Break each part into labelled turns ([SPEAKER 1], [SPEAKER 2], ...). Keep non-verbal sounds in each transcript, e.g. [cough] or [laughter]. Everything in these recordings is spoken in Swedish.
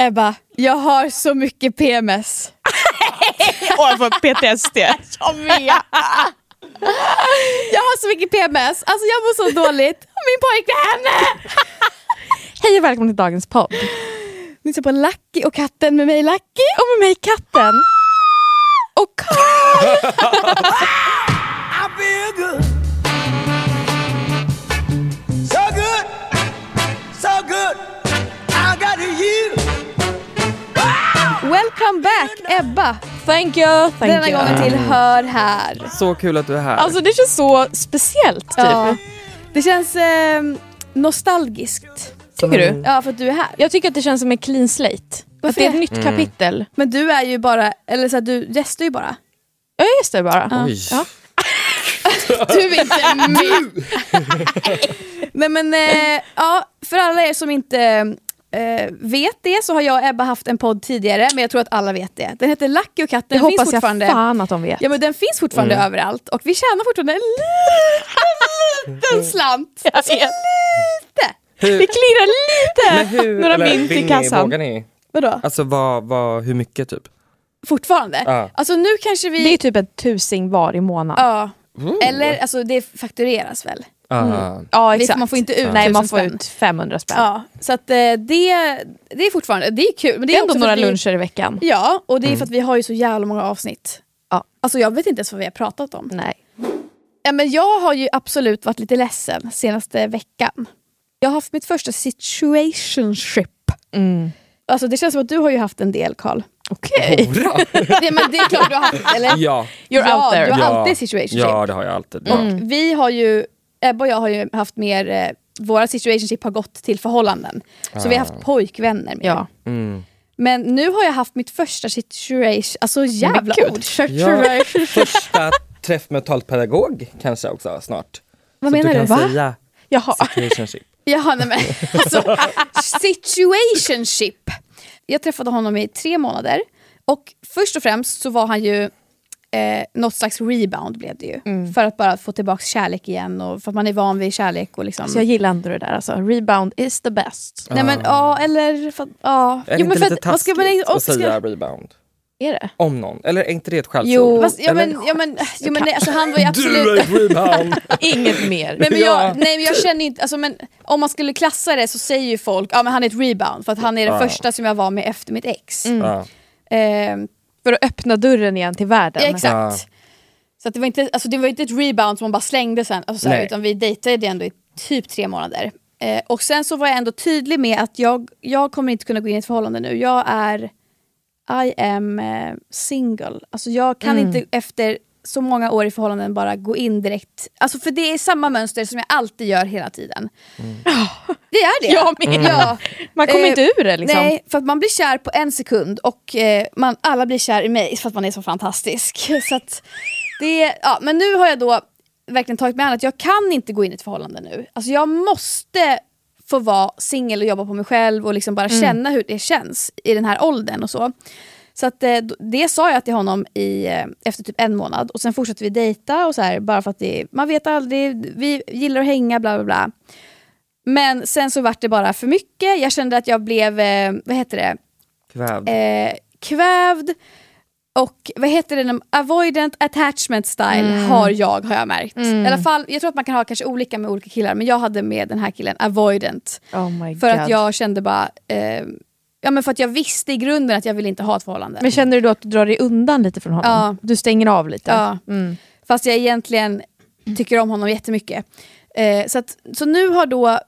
[SPEAKER 1] Ebba, jag har så mycket PMS.
[SPEAKER 2] Och för PTSD.
[SPEAKER 3] [laughs]
[SPEAKER 2] Som jag.
[SPEAKER 1] Jag har så mycket PMS, alltså jag mår så dåligt. [laughs] Min pojkvän! [laughs] Hej och välkommen till dagens podd. Ni ser på Lucky och katten med mig Lucky och med mig katten. Och Carl!
[SPEAKER 4] I feel good. So good. So good. I got you.
[SPEAKER 1] Welcome back Ebba.
[SPEAKER 2] Thank you. Thank
[SPEAKER 1] Denna
[SPEAKER 2] you.
[SPEAKER 1] gången till Hör här.
[SPEAKER 5] Så kul att du är här.
[SPEAKER 2] Alltså det känns så speciellt typ.
[SPEAKER 1] Ja. Det känns eh, nostalgiskt.
[SPEAKER 2] Tycker du?
[SPEAKER 1] Ja, för att du är här.
[SPEAKER 2] Jag tycker att det känns som en clean slate. att
[SPEAKER 1] Varför
[SPEAKER 2] det är ett
[SPEAKER 1] det?
[SPEAKER 2] nytt
[SPEAKER 5] Mm.
[SPEAKER 2] kapitel.
[SPEAKER 1] Men du är ju bara, eller så här, du gästar ju bara.
[SPEAKER 2] Ja, just det bara.
[SPEAKER 5] Oj.
[SPEAKER 2] Ja.
[SPEAKER 1] [laughs] Du är inte med. [laughs] Nej men eh, ja, för alla er som inte eh, vet det så har jag och Ebba haft en podd tidigare men jag tror att alla vet det. Den heter Lucky och katten.
[SPEAKER 2] Det
[SPEAKER 1] Den finns
[SPEAKER 2] hoppas jag
[SPEAKER 1] fortfarande.
[SPEAKER 2] fan att de vet.
[SPEAKER 1] Ja men den finns fortfarande
[SPEAKER 5] Mm.
[SPEAKER 1] överallt och vi tjänar fortfarande en liten,
[SPEAKER 5] Mm.
[SPEAKER 1] liten slant.
[SPEAKER 2] Jag vet.
[SPEAKER 5] Hur-
[SPEAKER 2] Det klirrar
[SPEAKER 5] men
[SPEAKER 2] lite.
[SPEAKER 5] hur,
[SPEAKER 2] Några
[SPEAKER 5] eller
[SPEAKER 2] mynt
[SPEAKER 5] vill
[SPEAKER 2] i
[SPEAKER 5] ni-
[SPEAKER 2] kassan.
[SPEAKER 5] Vågar ni?
[SPEAKER 1] Vadå?
[SPEAKER 5] Alltså vad, vad, hur mycket typ?
[SPEAKER 1] Fortfarande?
[SPEAKER 5] Ja.
[SPEAKER 1] Alltså nu kanske vi...
[SPEAKER 2] Det är typ en tusing var i månaden.
[SPEAKER 1] ja. Eller alltså det faktureras väl? Mm.
[SPEAKER 5] Ah.
[SPEAKER 2] Ja,
[SPEAKER 1] Visst, man får inte ut
[SPEAKER 2] Nej,
[SPEAKER 1] tusen
[SPEAKER 2] man får
[SPEAKER 1] spänn.
[SPEAKER 2] ut 500 spänn.
[SPEAKER 1] Ja, så att eh, det, det är fortfarande, det är kul. Men
[SPEAKER 2] Det är ändå
[SPEAKER 1] också för
[SPEAKER 2] några
[SPEAKER 1] att vi-
[SPEAKER 2] luncher i veckan.
[SPEAKER 1] Ja, och det är för
[SPEAKER 5] Mm.
[SPEAKER 1] att vi har ju så jävla många avsnitt.
[SPEAKER 2] Ja.
[SPEAKER 1] Alltså jag vet inte ens vad vi har pratat om.
[SPEAKER 2] Nej.
[SPEAKER 1] Ja, men jag har ju absolut varit lite ledsen senaste veckan. Jag har haft mitt första situationship.
[SPEAKER 2] Mm.
[SPEAKER 1] Alltså det känns som att du har ju haft en del Karl.
[SPEAKER 2] Okej.
[SPEAKER 5] Hora?
[SPEAKER 1] [laughs] Nej, men det är klart du har haft, eller?
[SPEAKER 5] [laughs] ja.
[SPEAKER 2] You're
[SPEAKER 1] ja,
[SPEAKER 2] out there.
[SPEAKER 1] Du har
[SPEAKER 5] ja.
[SPEAKER 1] alltid Mm. situationship.
[SPEAKER 5] Ja det har jag alltid. Ja.
[SPEAKER 1] Och vi har ju, Ebba och jag har ju haft mer, eh, våra situationship har gått till förhållanden. Så vi har haft pojkvänner med.
[SPEAKER 2] Ja.
[SPEAKER 5] Ah. Mm.
[SPEAKER 1] Men nu har jag haft mitt första situation, alltså jävla
[SPEAKER 2] gud.
[SPEAKER 1] ord.
[SPEAKER 5] Ja, första träff med talpedagog kanske också snart.
[SPEAKER 1] Vad
[SPEAKER 5] Så
[SPEAKER 1] menar
[SPEAKER 5] att
[SPEAKER 1] du?
[SPEAKER 5] du?
[SPEAKER 1] Va?
[SPEAKER 5] Kan säga
[SPEAKER 2] Jaha.
[SPEAKER 5] situationship.
[SPEAKER 1] [laughs] Jaha, nej men
[SPEAKER 5] [laughs]
[SPEAKER 1] alltså, situationship. Jag träffade honom i tre månader och först och främst så var han ju eh, något slags rebound blev det ju.
[SPEAKER 2] Mm.
[SPEAKER 1] För att bara få tillbaka kärlek igen och för att man är van vid kärlek och liksom.
[SPEAKER 2] Så jag gillar ändå det där. Alltså. Rebound is the best.
[SPEAKER 1] Nej men ja, eller för att, ja.
[SPEAKER 5] Är det
[SPEAKER 1] Jo, men
[SPEAKER 5] inte
[SPEAKER 1] för
[SPEAKER 5] lite
[SPEAKER 1] vad ska
[SPEAKER 5] taskigt
[SPEAKER 1] man- och
[SPEAKER 5] att
[SPEAKER 1] ska-
[SPEAKER 5] säga rebound?
[SPEAKER 2] Är det?
[SPEAKER 5] Om någon, eller är inte det ett skällsord?
[SPEAKER 2] Jo,
[SPEAKER 1] Fast, ja,
[SPEAKER 5] Eller-
[SPEAKER 1] men, ja, men, jo, men nej, alltså, han var ju
[SPEAKER 5] [laughs]
[SPEAKER 1] absolut...
[SPEAKER 5] Du är ett
[SPEAKER 1] [laughs]
[SPEAKER 5] rebound!
[SPEAKER 2] [laughs] Inget mer.
[SPEAKER 1] Nej men,
[SPEAKER 5] Ja.
[SPEAKER 1] jag, nej men jag känner inte, alltså, men om man skulle klassa det så säger ju folk ja men han är ett rebound för att han är den
[SPEAKER 5] Ja. Mm.
[SPEAKER 1] första som jag var med efter mitt ex.
[SPEAKER 5] Ja.
[SPEAKER 1] Ehm,
[SPEAKER 2] För att öppna dörren igen till världen.
[SPEAKER 1] ja, exakt. Så att det, var inte, alltså, det var inte ett rebound som man bara slängde sen, alltså, så här,
[SPEAKER 5] Nej.
[SPEAKER 1] utan vi dejtade ändå i typ tre månader. Eh, och sen så var jag ändå tydlig med att jag, jag kommer inte kunna gå in i ett förhållande nu. Jag är, I am eh, single. Alltså jag kan inte efter så många år i förhållanden bara gå in direkt. Alltså för det är samma mönster som jag alltid gör hela tiden. Det är det.
[SPEAKER 2] Jag med.
[SPEAKER 1] Ja.
[SPEAKER 2] Man kommer
[SPEAKER 1] Eh,
[SPEAKER 2] inte ur det liksom.
[SPEAKER 1] Nej, för att man blir kär på en sekund och eh, man, alla blir kär i mig för att man är så fantastisk. [laughs] Så att det, ja, men nu har jag då verkligen tagit mig an att jag kan inte gå in i ett förhållande nu. Alltså jag måste få vara singel och jobba på mig själv och liksom bara
[SPEAKER 2] Mm.
[SPEAKER 1] känna hur det känns i den här åldern och så. Så att, eh, d- det sa jag till honom i, eh, efter typ en månad och sen fortsatte vi dejta och så här, bara för att det, man vet aldrig, vi gillar att hänga bla bla bla. Men sen så vart det bara för mycket, jag kände att jag blev, eh, vad heter det,
[SPEAKER 5] Kvävd.
[SPEAKER 1] eh, kvävd och vad heter det, när- avoidant attachment style
[SPEAKER 6] Mm.
[SPEAKER 1] har jag har jag märkt. I alla fall, jag tror att man kan ha kanske olika med olika killar men jag hade med den här killen avoidant.
[SPEAKER 6] Oh my
[SPEAKER 1] För
[SPEAKER 6] God.
[SPEAKER 1] att jag kände bara, eh, ja men för att jag visste i grunden att jag ville inte ha ett förhållande.
[SPEAKER 6] Men känner du då att du drar dig undan lite från honom?
[SPEAKER 1] Ja.
[SPEAKER 6] Du stänger av lite?
[SPEAKER 1] Ja.
[SPEAKER 6] Mm.
[SPEAKER 1] Fast jag egentligen tycker om honom jättemycket. Eh, så, att, så nu har då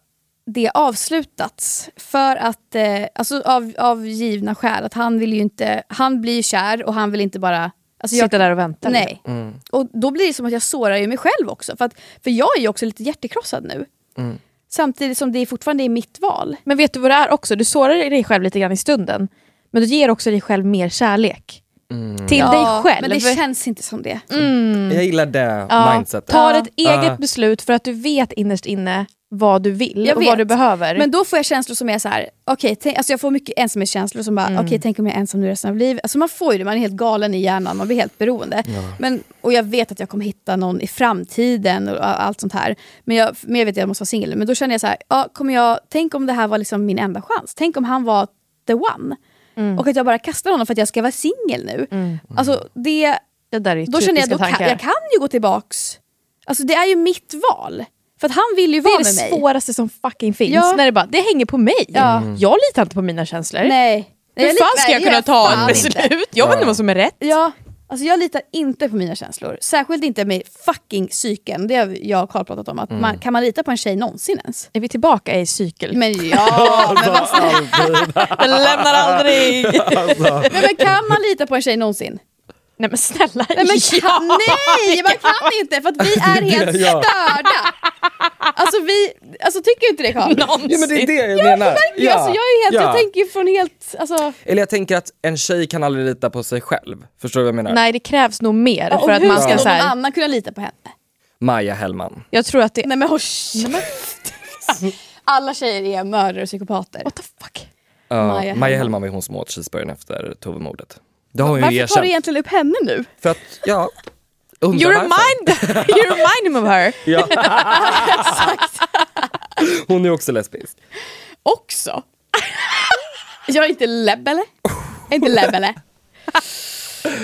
[SPEAKER 1] det avslutats för att, eh, alltså av, av givna skäl, att han vill ju inte, han blir ju kär och han vill inte bara alltså jag-
[SPEAKER 6] Sitta där och vänta? lite.
[SPEAKER 1] Nej. Och då blir det som att jag sårar ju mig själv också. För, att, för jag är ju också lite hjärtekrossad nu. Samtidigt som det fortfarande är mitt val.
[SPEAKER 6] Men vet du vad det är också? Du sårar dig själv lite grann i stunden, men du ger också dig själv mer kärlek. Till dig själv.
[SPEAKER 1] Men det känns inte som det.
[SPEAKER 5] Jag gillar det
[SPEAKER 6] Ja,
[SPEAKER 5] mindsetet.
[SPEAKER 6] Ta ett eget
[SPEAKER 5] Ja.
[SPEAKER 6] beslut för att du vet innerst inne vad du vill
[SPEAKER 1] Jag
[SPEAKER 6] och
[SPEAKER 1] vet.
[SPEAKER 6] vad du behöver.
[SPEAKER 1] Men då får jag känslor som är så här, okej, tänk- alltså jag får mycket ensamhetskänslor som bara,
[SPEAKER 6] Mm.
[SPEAKER 1] okej tänk om jag är ensam nu resten av livet. Alltså man får ju det, man är helt galen i hjärnan, man blir helt beroende. Men, och jag vet att jag kommer hitta någon i framtiden och, och allt sånt här. Men jag, men jag vet att jag måste vara singel. Men då känner jag så här, ja, kommer jag, tänk om det här var liksom min enda chans. Tänk om han var the one.
[SPEAKER 6] Mm.
[SPEAKER 1] Och att jag bara kastar honom för att jag ska vara singel nu. Alltså det,
[SPEAKER 6] det där är ju
[SPEAKER 1] då känner jag, då
[SPEAKER 6] Mm. typiska
[SPEAKER 1] kan,
[SPEAKER 6] tankar.
[SPEAKER 1] jag kan ju gå tillbaks. Alltså det är ju mitt val. För att han vill ju
[SPEAKER 6] Det
[SPEAKER 1] vara
[SPEAKER 6] är det
[SPEAKER 1] med mig.
[SPEAKER 6] svåraste som fucking finns.
[SPEAKER 1] Ja.
[SPEAKER 6] När det bara, det hänger på mig. Jag litar inte på mina känslor.
[SPEAKER 1] Nej.
[SPEAKER 6] Hur
[SPEAKER 1] Nej,
[SPEAKER 6] fan ska jag
[SPEAKER 1] litar-
[SPEAKER 6] kunna ta
[SPEAKER 1] fan
[SPEAKER 6] ett beslut?
[SPEAKER 1] inte.
[SPEAKER 6] Jag vet inte vad som är rätt.
[SPEAKER 1] Ja, alltså jag litar inte på mina känslor. Särskilt inte med fucking psyken. Det har jag och Carl pratat om. Att
[SPEAKER 6] Mm.
[SPEAKER 1] man, kan man lita på en tjej någonsin ens?
[SPEAKER 6] Är vi tillbaka i cykel?
[SPEAKER 1] Men ja, men, vad snäll-
[SPEAKER 6] Den [laughs] lämnar aldrig! Alltså.
[SPEAKER 1] men, men kan man lita på en tjej någonsin?
[SPEAKER 6] Nej men snälla.
[SPEAKER 1] Nej, men
[SPEAKER 6] [laughs] ja.
[SPEAKER 1] kan, nej man kan inte för att vi
[SPEAKER 6] [laughs]
[SPEAKER 1] är helt
[SPEAKER 5] Ja.
[SPEAKER 1] störda. Alltså, vi, alltså tycker inte
[SPEAKER 6] [laughs]
[SPEAKER 1] det Carl?
[SPEAKER 5] Ja, men det är det jag menar.
[SPEAKER 1] Ja. Alltså, jag, är helt, jag tänker ju från helt... Alltså,
[SPEAKER 5] Eller jag tänker att en tjej kan aldrig lita på sig själv. Förstår du vad jag menar?
[SPEAKER 6] Nej det krävs nog mer
[SPEAKER 1] och
[SPEAKER 6] för att
[SPEAKER 1] hur
[SPEAKER 6] man
[SPEAKER 1] ska
[SPEAKER 6] ska
[SPEAKER 1] någon
[SPEAKER 6] så här,
[SPEAKER 1] annan kunna lita på henne?
[SPEAKER 5] Maja Hellman.
[SPEAKER 6] Jag tror att det...
[SPEAKER 1] Nej men håll [laughs] Alla tjejer är mördare och psykopater.
[SPEAKER 6] What the fuck?
[SPEAKER 5] Ja,
[SPEAKER 1] Maja
[SPEAKER 5] Maja,
[SPEAKER 1] Hellman.
[SPEAKER 5] Hellman var ju hon som åt cheeseburgaren efter Tove-mordet. Det har hon ju
[SPEAKER 1] Varför tar du
[SPEAKER 5] erkänt.
[SPEAKER 1] egentligen upp henne nu?
[SPEAKER 5] För att, ja. Undrar
[SPEAKER 6] You
[SPEAKER 5] varför.
[SPEAKER 6] remind, you remind him of her.
[SPEAKER 1] [laughs]
[SPEAKER 5] Ja. Hon är också lesbisk.
[SPEAKER 1] Också? jag är inte lebbele. Jag är inte lebbele.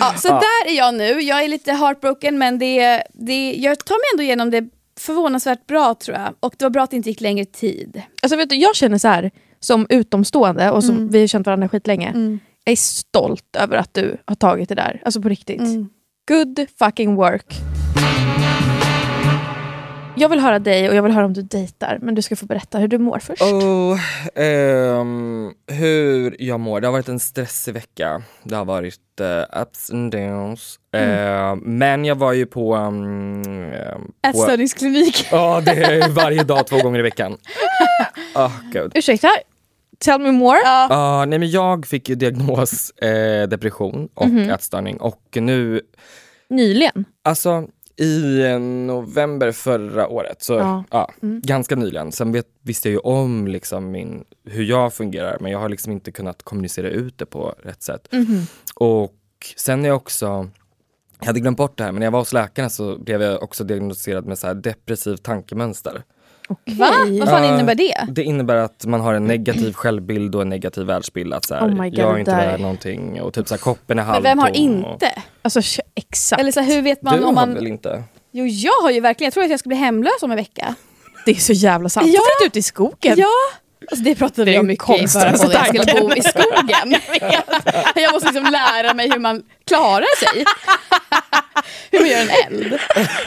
[SPEAKER 1] Ja, så där är jag nu. Jag är lite heartbroken men det, det, jag tar mig ändå igenom det förvånansvärt bra tror jag. Och det var bra att det inte gick längre tid.
[SPEAKER 6] Alltså, vet du, jag känner så här som utomstående och som
[SPEAKER 1] Mm.
[SPEAKER 6] vi har känt varandra skitlänge. Jag är stolt över att du har tagit det där. Alltså på riktigt.
[SPEAKER 1] Mm.
[SPEAKER 6] Good fucking work. Jag vill höra dig och jag vill höra om du dejtar. Men du ska få berätta hur du mår först.
[SPEAKER 5] Oh, ehm, hur jag mår? Det har varit en stressig vecka. Det har varit eh, ups and downs.
[SPEAKER 1] Mm.
[SPEAKER 5] Ehm, men jag var ju på... mm, ehm, på
[SPEAKER 1] Ätstörningsklinik.
[SPEAKER 5] Ja, det är varje dag två gånger i
[SPEAKER 1] [laughs]
[SPEAKER 5] veckan. Oh, gud.
[SPEAKER 6] Ursäkta? Tell me more.
[SPEAKER 5] Ja, nej men jag fick ju diagnos eh, depression och ätstörning och nu,
[SPEAKER 6] Nyligen?
[SPEAKER 5] alltså i eh, november förra året, så
[SPEAKER 6] Ja.
[SPEAKER 5] ja. Mm. ganska nyligen. Sen vet, visste jag ju om liksom min, hur jag fungerar men jag har liksom inte kunnat kommunicera ut det på rätt sätt. Och sen är jag också, jag hade glömt bort det här men när jag var hos läkarna så blev jag också diagnostiserad med så här depressivt tankemönster.
[SPEAKER 1] Va? Vad fan
[SPEAKER 5] Ja.
[SPEAKER 1] innebär det?
[SPEAKER 5] Det innebär att man har en
[SPEAKER 1] [clears throat]
[SPEAKER 5] negativ självbild och en negativ världsbild. Att så här,
[SPEAKER 6] Oh my God,
[SPEAKER 5] jag är inte
[SPEAKER 6] det där-
[SPEAKER 5] värd någonting och typ så här, koppen är
[SPEAKER 1] Men
[SPEAKER 5] halvtom.
[SPEAKER 1] vem har
[SPEAKER 5] Och...
[SPEAKER 1] inte?
[SPEAKER 6] Alltså tj- exakt.
[SPEAKER 1] Eller så här, hur vet man
[SPEAKER 5] Du
[SPEAKER 1] om
[SPEAKER 5] har väl
[SPEAKER 1] man...
[SPEAKER 5] inte?
[SPEAKER 1] Jo jag har ju verkligen, jag tror att jag ska bli hemlös om en vecka.
[SPEAKER 6] det är så jävla sant. Du
[SPEAKER 1] Ja.
[SPEAKER 6] har varit ute i skogen.
[SPEAKER 1] Ja! Alltså det pratade
[SPEAKER 6] Det är
[SPEAKER 1] jag
[SPEAKER 6] den
[SPEAKER 1] mycket i förra
[SPEAKER 6] konstigaste
[SPEAKER 1] podden, [laughs] jag skulle
[SPEAKER 6] tanken.
[SPEAKER 1] bo i skogen. jag måste liksom lära mig hur man klarar [laughs] sig. hur man gör en eld.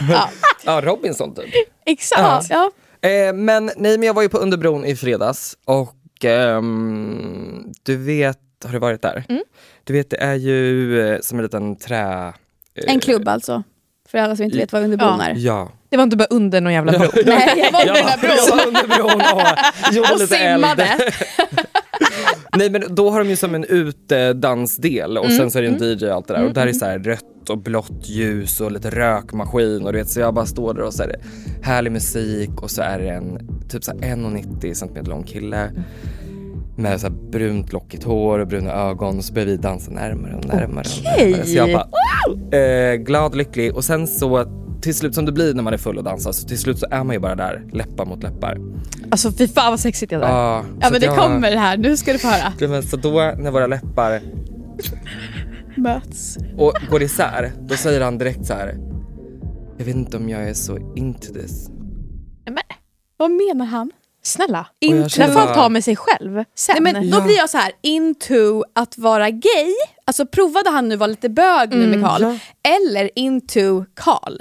[SPEAKER 1] Ja.
[SPEAKER 5] Ja, Robinson typ.
[SPEAKER 6] Exakt.
[SPEAKER 1] Ja.
[SPEAKER 5] Eh, men nej, men jag var ju på Underbron i fredags och ehm, du vet, har du varit där?
[SPEAKER 1] Mm.
[SPEAKER 5] Du vet, det är ju eh, som en liten trä... eh,
[SPEAKER 1] En klubb alltså, för alla som inte vet vad underbron
[SPEAKER 6] Ja.
[SPEAKER 1] är.
[SPEAKER 5] Ja.
[SPEAKER 6] Det var inte bara under någon jävla bro.
[SPEAKER 1] Nej, jag var på den
[SPEAKER 5] Jag
[SPEAKER 1] där bron [laughs]
[SPEAKER 5] var under bron och gjorde
[SPEAKER 1] och
[SPEAKER 5] lite eld.
[SPEAKER 1] simmade.
[SPEAKER 5] [laughs] Nej men då har de ju som en utedansdel och
[SPEAKER 1] Mm,
[SPEAKER 5] sen så är det en DJ och allt det där och där är så här rött och blått ljus och lite rökmaskin och du vet så jag bara står där och så är det härlig musik och så är det en typ så här 1,90 centimeter lång kille med så här brunt lockigt hår och bruna ögon och så börjar vi dansa närmare och närmare. Och närmare. Så jag bara eh, glad, lycklig och sen så till slut som det blir när man är full och dansar så till slut så är man ju bara där läppar mot läppar.
[SPEAKER 1] Alltså fy fan vad sexigt jag där.
[SPEAKER 5] Ja,
[SPEAKER 3] Ja
[SPEAKER 5] så
[SPEAKER 3] men
[SPEAKER 5] att
[SPEAKER 3] det
[SPEAKER 5] jag-
[SPEAKER 3] kommer här, nu ska du få höra.
[SPEAKER 5] Nej, men Så då när våra läppar
[SPEAKER 3] Möts.
[SPEAKER 5] och går isär, då säger han direkt så här. Jag vet inte om jag är så into this.
[SPEAKER 1] Men,
[SPEAKER 3] Vad menar han?
[SPEAKER 1] snälla.
[SPEAKER 3] Inte.
[SPEAKER 5] känner-
[SPEAKER 1] När folk har med sig själv sen.
[SPEAKER 3] Nej, men då blir jag så här into att vara gay, alltså provade han nu vara lite bög nu
[SPEAKER 1] Mm,
[SPEAKER 3] med Karl? Eller into Karl,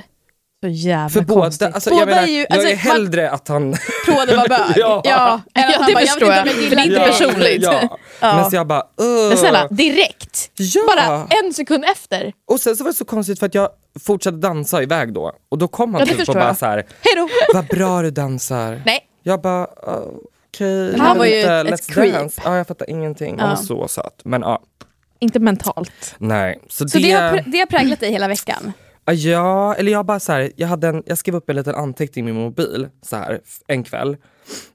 [SPEAKER 1] Så jävla
[SPEAKER 5] För
[SPEAKER 1] konstigt.
[SPEAKER 5] båda, alltså,
[SPEAKER 3] Båda
[SPEAKER 5] jag menar,
[SPEAKER 3] är ju- alltså,
[SPEAKER 5] jag är
[SPEAKER 3] man-
[SPEAKER 5] hellre att han...
[SPEAKER 3] provade vara bög.
[SPEAKER 5] [laughs] Ja.
[SPEAKER 3] än att
[SPEAKER 1] Ja,
[SPEAKER 3] han
[SPEAKER 1] det
[SPEAKER 3] bara,
[SPEAKER 1] förstår jag.
[SPEAKER 3] vet inte om
[SPEAKER 1] För det är
[SPEAKER 3] gillar
[SPEAKER 1] inte
[SPEAKER 3] dig. [laughs]
[SPEAKER 1] personligt.
[SPEAKER 5] Ja.
[SPEAKER 1] Ja.
[SPEAKER 5] Men så jag bara...
[SPEAKER 1] Men
[SPEAKER 5] "Ugh."
[SPEAKER 1] snälla, direkt.
[SPEAKER 5] Ja.
[SPEAKER 1] Bara en sekund efter.
[SPEAKER 5] Och sen så var det så konstigt för att jag fortsatte dansa iväg då. Och då kom han
[SPEAKER 1] Ja, det
[SPEAKER 5] typ och
[SPEAKER 1] förstår
[SPEAKER 5] bara
[SPEAKER 1] jag.
[SPEAKER 5] så här.
[SPEAKER 1] Hejdå.
[SPEAKER 5] [laughs] Vad bra du dansar.
[SPEAKER 1] Nej.
[SPEAKER 5] Jag bara, "Ah, okej. Okay,
[SPEAKER 3] han var ju ett- ett creep.
[SPEAKER 5] Ja, jag fattar ingenting. Han var så söt. Men ja,
[SPEAKER 1] Inte mentalt.
[SPEAKER 5] nej. Så,
[SPEAKER 3] Så det har, pr- det har präglat dig hela veckan?
[SPEAKER 5] Ja, eller jag bara så här, jag, hade en, jag skrev upp en liten anteckning i min mobil så här, f- en kväll.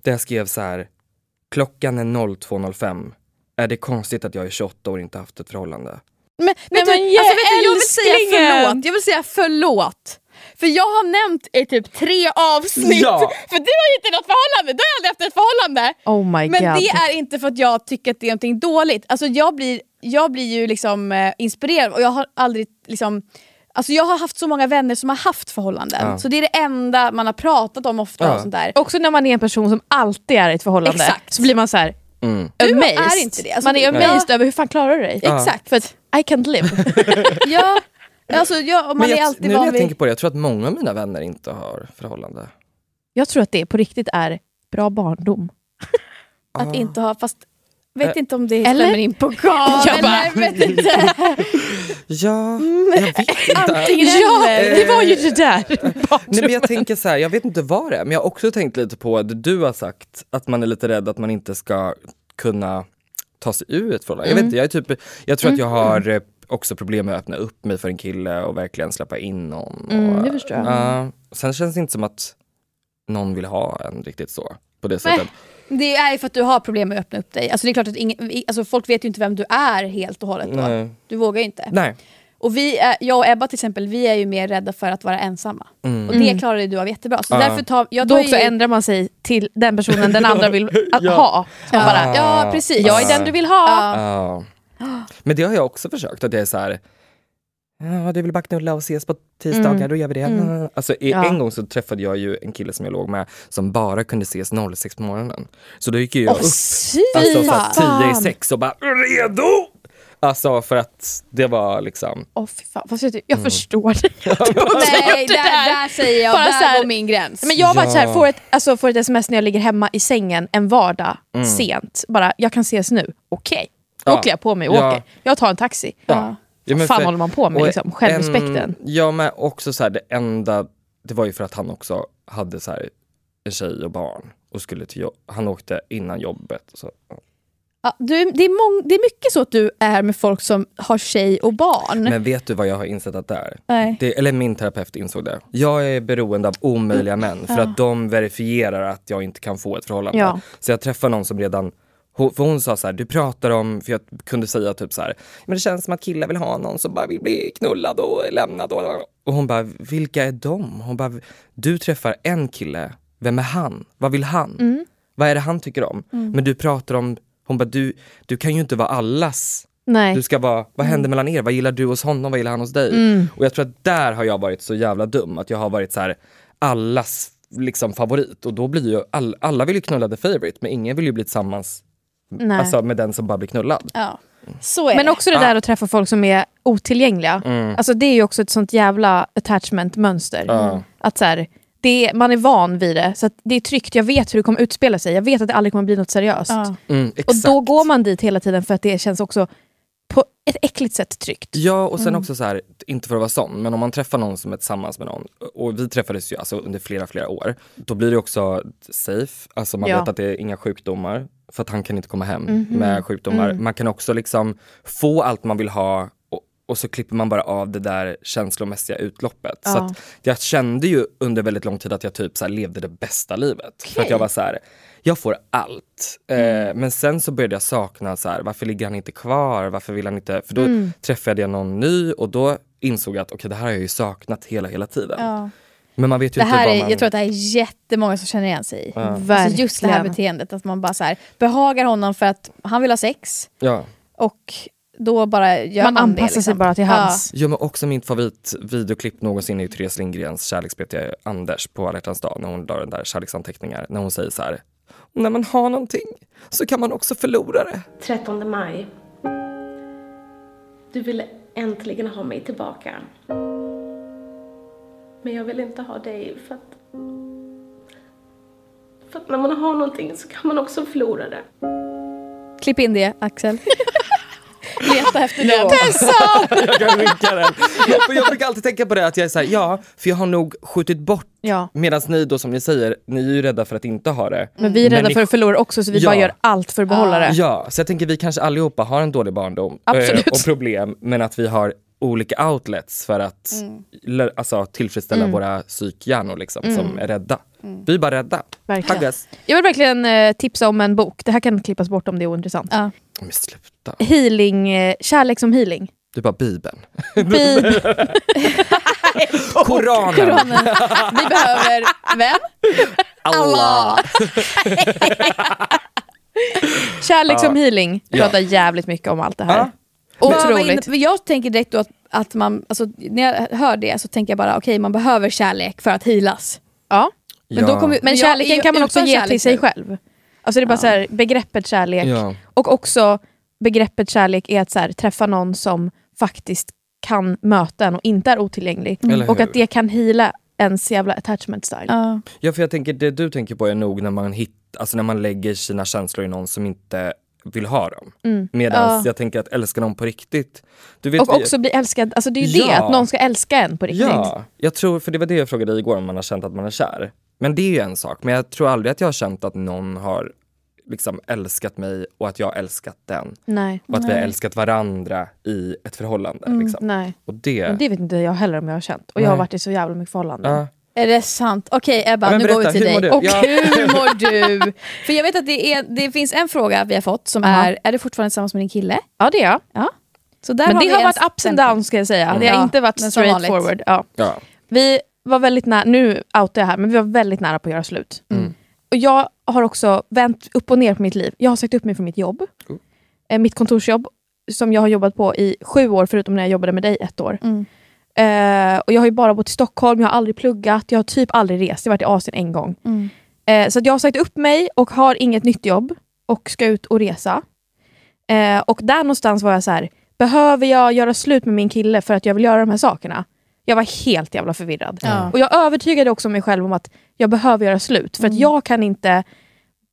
[SPEAKER 5] Där jag skrev så här, klockan är 02.05. Är det konstigt att jag är 28 och inte haft ett förhållande?
[SPEAKER 3] Men, vet du,
[SPEAKER 1] men ge
[SPEAKER 3] alltså, vet du, jag vill säga
[SPEAKER 1] älsklingen!
[SPEAKER 3] förlåt. Jag vill säga förlåt. För jag har nämnt i typ tre avsnitt.
[SPEAKER 5] Ja.
[SPEAKER 3] För du har ju inte något förhållande, du har aldrig haft ett förhållande.
[SPEAKER 1] Oh my
[SPEAKER 3] Men
[SPEAKER 1] god.
[SPEAKER 3] det är inte för att jag tycker att det är någonting dåligt. Alltså jag blir, jag blir ju liksom eh, inspirerad och jag har aldrig liksom Alltså jag har haft så många vänner som har haft förhållanden, så det är det enda man har pratat om ofta.
[SPEAKER 5] Ja.
[SPEAKER 3] Och sånt där.
[SPEAKER 1] Också när man är en person som alltid är i ett förhållande
[SPEAKER 3] Exakt.
[SPEAKER 1] så blir man så här
[SPEAKER 3] är
[SPEAKER 1] amazed.
[SPEAKER 3] inte det. Alltså,
[SPEAKER 1] man är
[SPEAKER 3] du-
[SPEAKER 1] amazed över hur fan klarar du dig?
[SPEAKER 3] Exakt.
[SPEAKER 1] För att I can't [laughs] live.
[SPEAKER 3] Ja, alltså jag, och man
[SPEAKER 5] jag,
[SPEAKER 3] är alltid
[SPEAKER 5] nu när
[SPEAKER 3] van
[SPEAKER 5] jag
[SPEAKER 3] vid...
[SPEAKER 5] tänker på det, jag tror att många av mina vänner inte har förhållande.
[SPEAKER 1] jag tror att det på riktigt är bra barndom.
[SPEAKER 3] Att inte ha, fast vet inte om det stämmer
[SPEAKER 1] Eller?
[SPEAKER 3] in på Karl.
[SPEAKER 1] [laughs] Jag bara-
[SPEAKER 3] eller vet
[SPEAKER 5] [laughs]
[SPEAKER 3] inte.
[SPEAKER 5] Ja, jag
[SPEAKER 1] [laughs]
[SPEAKER 5] vet inte. Eh,
[SPEAKER 3] Antingen
[SPEAKER 1] Ja,
[SPEAKER 3] eller.
[SPEAKER 1] Mm. det var ju det där.
[SPEAKER 5] Nej, men jag tänker så här, jag vet inte vad det är, men jag har också tänkt lite på det du har sagt, att man är lite rädd att man inte ska kunna ta sig ur ett förhållande. Jag, vet
[SPEAKER 1] Mm.
[SPEAKER 5] inte, jag, är typ, jag tror att jag har eh, också problem med att öppna upp mig för en kille och verkligen släppa in någon. Och,
[SPEAKER 1] Mm, det förstår jag.
[SPEAKER 5] Ja, sen känns det inte som att någon vill ha en riktigt så, på det sättet.
[SPEAKER 3] Det är ju för att du har problem med att öppna upp dig. Alltså det är klart att ingen, vi- alltså folk vet ju inte vem du är helt och hållet då.
[SPEAKER 5] Nej.
[SPEAKER 3] Du vågar ju inte.
[SPEAKER 5] Nej.
[SPEAKER 3] Och vi är, jag och Ebba till exempel, vi är ju mer rädda för att vara ensamma. Och det klarar ju du av jättebra. Så därför tar, jag
[SPEAKER 1] Mm. Då
[SPEAKER 3] tar
[SPEAKER 1] också
[SPEAKER 3] ju,
[SPEAKER 1] ändrar man sig till den personen den andra vill att ha. Så man bara,
[SPEAKER 5] Ah.
[SPEAKER 3] Ja precis.
[SPEAKER 1] jag är den du vill ha.
[SPEAKER 5] Ja. Men det har jag också försökt, att jag är så här, ja du vill bara knulla och ses på tisdagar, då gör vi det. Alltså, i,
[SPEAKER 1] Mm. Ja.
[SPEAKER 5] En gång så träffade jag ju en kille som jag låg med som bara kunde ses 06 på morgonen. Så då gick ju jag upp alltså, så här, 10 i 6 och bara redo! Alltså för att det var liksom,
[SPEAKER 1] Åh fy fan, fast jag, ty-
[SPEAKER 5] Mm.
[SPEAKER 1] jag
[SPEAKER 5] [laughs]
[SPEAKER 1] förstår dig. Jag har också
[SPEAKER 3] Nej
[SPEAKER 1] gjort det
[SPEAKER 3] där, där säger jag,
[SPEAKER 1] Bara
[SPEAKER 3] där
[SPEAKER 1] så här-
[SPEAKER 3] går min gräns.
[SPEAKER 1] Men jag har varit såhär, får ett, alltså, får ett sms när jag ligger hemma i sängen en vardag
[SPEAKER 5] Mm.
[SPEAKER 1] sent. Bara, jag kan ses nu. Okej. Då
[SPEAKER 5] Ja.
[SPEAKER 1] klär jag på mig och
[SPEAKER 5] Ja.
[SPEAKER 1] åker. Jag tar en taxi.
[SPEAKER 5] ja. ja
[SPEAKER 1] Vad fan håller man på med,
[SPEAKER 5] och
[SPEAKER 1] liksom? Självrespekten.
[SPEAKER 5] En, ja men också så här, det enda, det var ju för att han också hade så här, en tjej och barn och skulle till jobb, han åkte innan jobbet. och Så,
[SPEAKER 3] ja, du, det, är mång, det är mycket så att du är med folk som har tjej och barn.
[SPEAKER 5] Men vet du vad jag har insett att det är?
[SPEAKER 3] Nej.
[SPEAKER 5] Det, eller min terapeut insåg det. Jag är beroende av omöjliga
[SPEAKER 3] Mm.
[SPEAKER 5] män för att de verifierar att jag inte kan få ett förhållande.
[SPEAKER 1] Ja.
[SPEAKER 5] Så jag träffar någon som redan hon- för hon sa så här, du pratar om, för jag kunde säga typ så här, men det känns som att killar vill ha någon som bara vill bli knullad och lämnad. Och, och hon bara, vilka är de? Hon bara, du träffar en kille, vem är han? Vad vill han?
[SPEAKER 3] Mm.
[SPEAKER 5] Vad är det han tycker om? Men du pratar om, hon bara, du, du kan ju inte vara allas
[SPEAKER 1] Nej. Mm.
[SPEAKER 5] du ska vara, vad händer mellan er? Vad gillar du hos honom? Vad gillar han hos dig? Och jag tror att där har jag varit så jävla dum, att jag har varit så här allas liksom favorit och då blir ju all, alla vill ju knulla the favorite men ingen vill ju bli tillsammans
[SPEAKER 1] Nej.
[SPEAKER 5] alltså, med den som bara blir knullad.
[SPEAKER 3] ja. Så är
[SPEAKER 1] Men
[SPEAKER 3] det.
[SPEAKER 1] också
[SPEAKER 5] Ah.
[SPEAKER 1] det där att träffa folk som är otillgängliga.
[SPEAKER 5] Mm.
[SPEAKER 1] Alltså det är ju också ett sånt jävla attachment-mönster. Att så här, det är, man är van vid det, så att det är tryggt. Jag vet hur det kommer utspela sig. Jag vet att det aldrig kommer bli något seriöst.
[SPEAKER 5] Mm,
[SPEAKER 1] Och
[SPEAKER 5] exakt.
[SPEAKER 1] då går man dit hela tiden för att det känns också på ett äckligt sätt tryggt.
[SPEAKER 5] Ja och sen
[SPEAKER 1] Mm.
[SPEAKER 5] också så här, inte för att vara sån, men om man träffar någon som är tillsammans med någon och vi träffades ju alltså under flera flera år, då blir det också safe, alltså man
[SPEAKER 1] Ja.
[SPEAKER 5] vet att det är inga sjukdomar, för att han kan inte komma hem
[SPEAKER 3] Mhm.
[SPEAKER 5] med sjukdomar.
[SPEAKER 3] Mm.
[SPEAKER 5] Man kan också liksom få allt man vill ha och, och så klipper man bara av det där känslomässiga utloppet. Så
[SPEAKER 1] Ja.
[SPEAKER 5] att jag kände ju under väldigt lång tid att jag typ så här levde det bästa livet. För att jag var så här, jag får allt.
[SPEAKER 3] Mm.
[SPEAKER 5] Eh, men sen så började jag sakna, så här, varför ligger han inte kvar? Varför vill han inte? För då
[SPEAKER 3] Mm.
[SPEAKER 5] träffade jag någon ny och då insåg jag att okej det här har jag ju saknat hela, hela tiden.
[SPEAKER 3] Ja.
[SPEAKER 5] Men man vet ju
[SPEAKER 3] Det här
[SPEAKER 5] inte vad
[SPEAKER 3] är,
[SPEAKER 5] man...
[SPEAKER 3] jag tror att det här är jättemånga som känner igen sig i. Alltså
[SPEAKER 1] Verkligen.
[SPEAKER 3] just det här beteendet att man bara så här, behagar honom för att han vill ha sex
[SPEAKER 5] ja.
[SPEAKER 3] och då bara gör man,
[SPEAKER 1] Man
[SPEAKER 3] det,
[SPEAKER 1] anpassar
[SPEAKER 3] liksom.
[SPEAKER 1] sig bara till
[SPEAKER 3] Ja.
[SPEAKER 1] hans.
[SPEAKER 5] Ja, men också mitt favoritvideoklipp någonsin är ju Therese Lindgrens kärleks-PT Anders på Alla hjärtans dag när hon drar den där kärleksanteckningar när hon säger så här. När man har någonting så kan man också förlora det.
[SPEAKER 7] 13 maj. Du ville äntligen ha mig tillbaka. Men jag vill inte ha dig för att... För att när man har någonting så kan man också förlora det.
[SPEAKER 3] Klipp in det Axel. [laughs] Leta efter den.
[SPEAKER 5] [laughs] Jag kan rycka den. Ja, för jag brukar alltid tänka på det att jag är så här, ja, för jag har nog skjutit bort
[SPEAKER 1] Ja.
[SPEAKER 5] medan ni då som ni säger, ni är ju rädda för att inte ha det.
[SPEAKER 1] Men vi är rädda för att förlora också så vi
[SPEAKER 5] Ja. Ah,
[SPEAKER 1] bara gör allt för att behålla det.
[SPEAKER 5] Ja, så jag tänker vi kanske allihopa har en dålig barndom eh,
[SPEAKER 1] Absolut.
[SPEAKER 5] och problem, men att vi har olika outlets för att lö- alltså, tillfredsställa våra psykhjärnor liksom, som är rädda. Vi är bara rädda.
[SPEAKER 1] Verkligen.
[SPEAKER 5] Huggas.
[SPEAKER 1] Jag vill verkligen eh, tipsa om en bok. Det här kan klippas bort om det är ointressant.
[SPEAKER 3] Ja.
[SPEAKER 5] Men sluta.
[SPEAKER 1] Healing, eh, kärlek
[SPEAKER 5] [laughs]
[SPEAKER 1] som healing.
[SPEAKER 5] Du är bara Bibeln.
[SPEAKER 1] Bibeln.
[SPEAKER 5] Koranen.
[SPEAKER 3] Vi behöver,
[SPEAKER 5] [laughs]
[SPEAKER 3] vem?
[SPEAKER 5] Allah.
[SPEAKER 1] Kärlek som healing pratar jävligt mycket om allt det här.
[SPEAKER 5] Ja.
[SPEAKER 3] Vad var
[SPEAKER 1] Otroligt.
[SPEAKER 3] inne- jag tänker direkt då att, att man, alltså, när jag hör det så tänker jag bara okej man behöver kärlek för att healas.
[SPEAKER 1] Ja.
[SPEAKER 5] Men då Ja. kommer-
[SPEAKER 1] Men
[SPEAKER 3] jag-
[SPEAKER 1] kärleken
[SPEAKER 3] jag-
[SPEAKER 1] kan man också
[SPEAKER 3] utan
[SPEAKER 1] ge
[SPEAKER 3] kärlek typ.
[SPEAKER 1] till sig
[SPEAKER 3] nu.
[SPEAKER 1] själv. Alltså det är bara så här, begreppet kärlek.
[SPEAKER 5] Ja.
[SPEAKER 1] Och också begreppet kärlek är att så här, träffa någon som faktiskt kan möta en och inte är otillgänglig.
[SPEAKER 5] Eller
[SPEAKER 1] Och
[SPEAKER 5] hur?
[SPEAKER 1] att det kan hila ens jävla attachment style.
[SPEAKER 3] Mm. Ja.
[SPEAKER 5] Ja, för jag tänker det du tänker på är nog när man, hitt, alltså när man lägger sina känslor i någon som inte vill ha dem. Medan jag tänker att älska någon på riktigt. Du vet,
[SPEAKER 1] Och
[SPEAKER 5] vi-
[SPEAKER 1] också bli älskad. Alltså det är ju det,
[SPEAKER 5] Ja.
[SPEAKER 1] att någon ska älska en på riktigt.
[SPEAKER 5] Ja, jag tror, för det var det jag frågade dig igår om man har känt att man är kär. Men det är ju en sak, men jag tror aldrig att jag har känt att någon har liksom älskat mig och att jag har älskat den.
[SPEAKER 1] Nej.
[SPEAKER 5] Och att vi har älskat varandra i ett förhållande. Liksom.
[SPEAKER 1] Nej.
[SPEAKER 5] Och det...
[SPEAKER 1] Men det vet inte jag heller om jag har känt. Och jag har varit i så jävla mycket förhållanden.
[SPEAKER 5] Ja.
[SPEAKER 3] Är det sant? Okej Ebba,
[SPEAKER 5] Ja, men
[SPEAKER 3] nu går
[SPEAKER 5] berätta,
[SPEAKER 3] vi till
[SPEAKER 5] hur
[SPEAKER 3] dig.
[SPEAKER 5] mår du?
[SPEAKER 3] Och
[SPEAKER 5] Ja. [laughs]
[SPEAKER 3] hur mår du? För jag vet att det, är, det finns en fråga vi har fått som är, är du fortfarande tillsammans med din kille?
[SPEAKER 1] Ja, det är jag.
[SPEAKER 3] Ja. Så där
[SPEAKER 1] Men det
[SPEAKER 3] vi
[SPEAKER 1] har
[SPEAKER 3] en
[SPEAKER 1] varit ups and
[SPEAKER 3] stämpel.
[SPEAKER 1] downs ska jag säga. Det har
[SPEAKER 3] Ja,
[SPEAKER 1] inte varit
[SPEAKER 3] men som
[SPEAKER 1] straight
[SPEAKER 3] vanligt.
[SPEAKER 1] forward. Ja.
[SPEAKER 5] Ja.
[SPEAKER 1] Vi var väldigt nära, nu outar jag här, men vi var väldigt nära på att göra slut. Och jag har också vänt upp och ner på mitt liv. Jag har sagt upp mig från mitt jobb. Eh, mitt kontorsjobb som jag har jobbat på i sju år, förutom när jag jobbade med dig ett år. Eh, och Jag har ju bara bott i Stockholm, jag har aldrig pluggat, jag har typ aldrig rest. Jag har varit i Asien en gång. Eh, så att jag har sagt upp mig och har inget nytt jobb och ska ut och resa. Eh, och där någonstans var jag så här, behöver jag göra slut med min kille för att jag vill göra de här sakerna? Jag var helt jävla förvirrad. Och jag övertygade också mig själv om att jag behöver göra slut. För att jag kan inte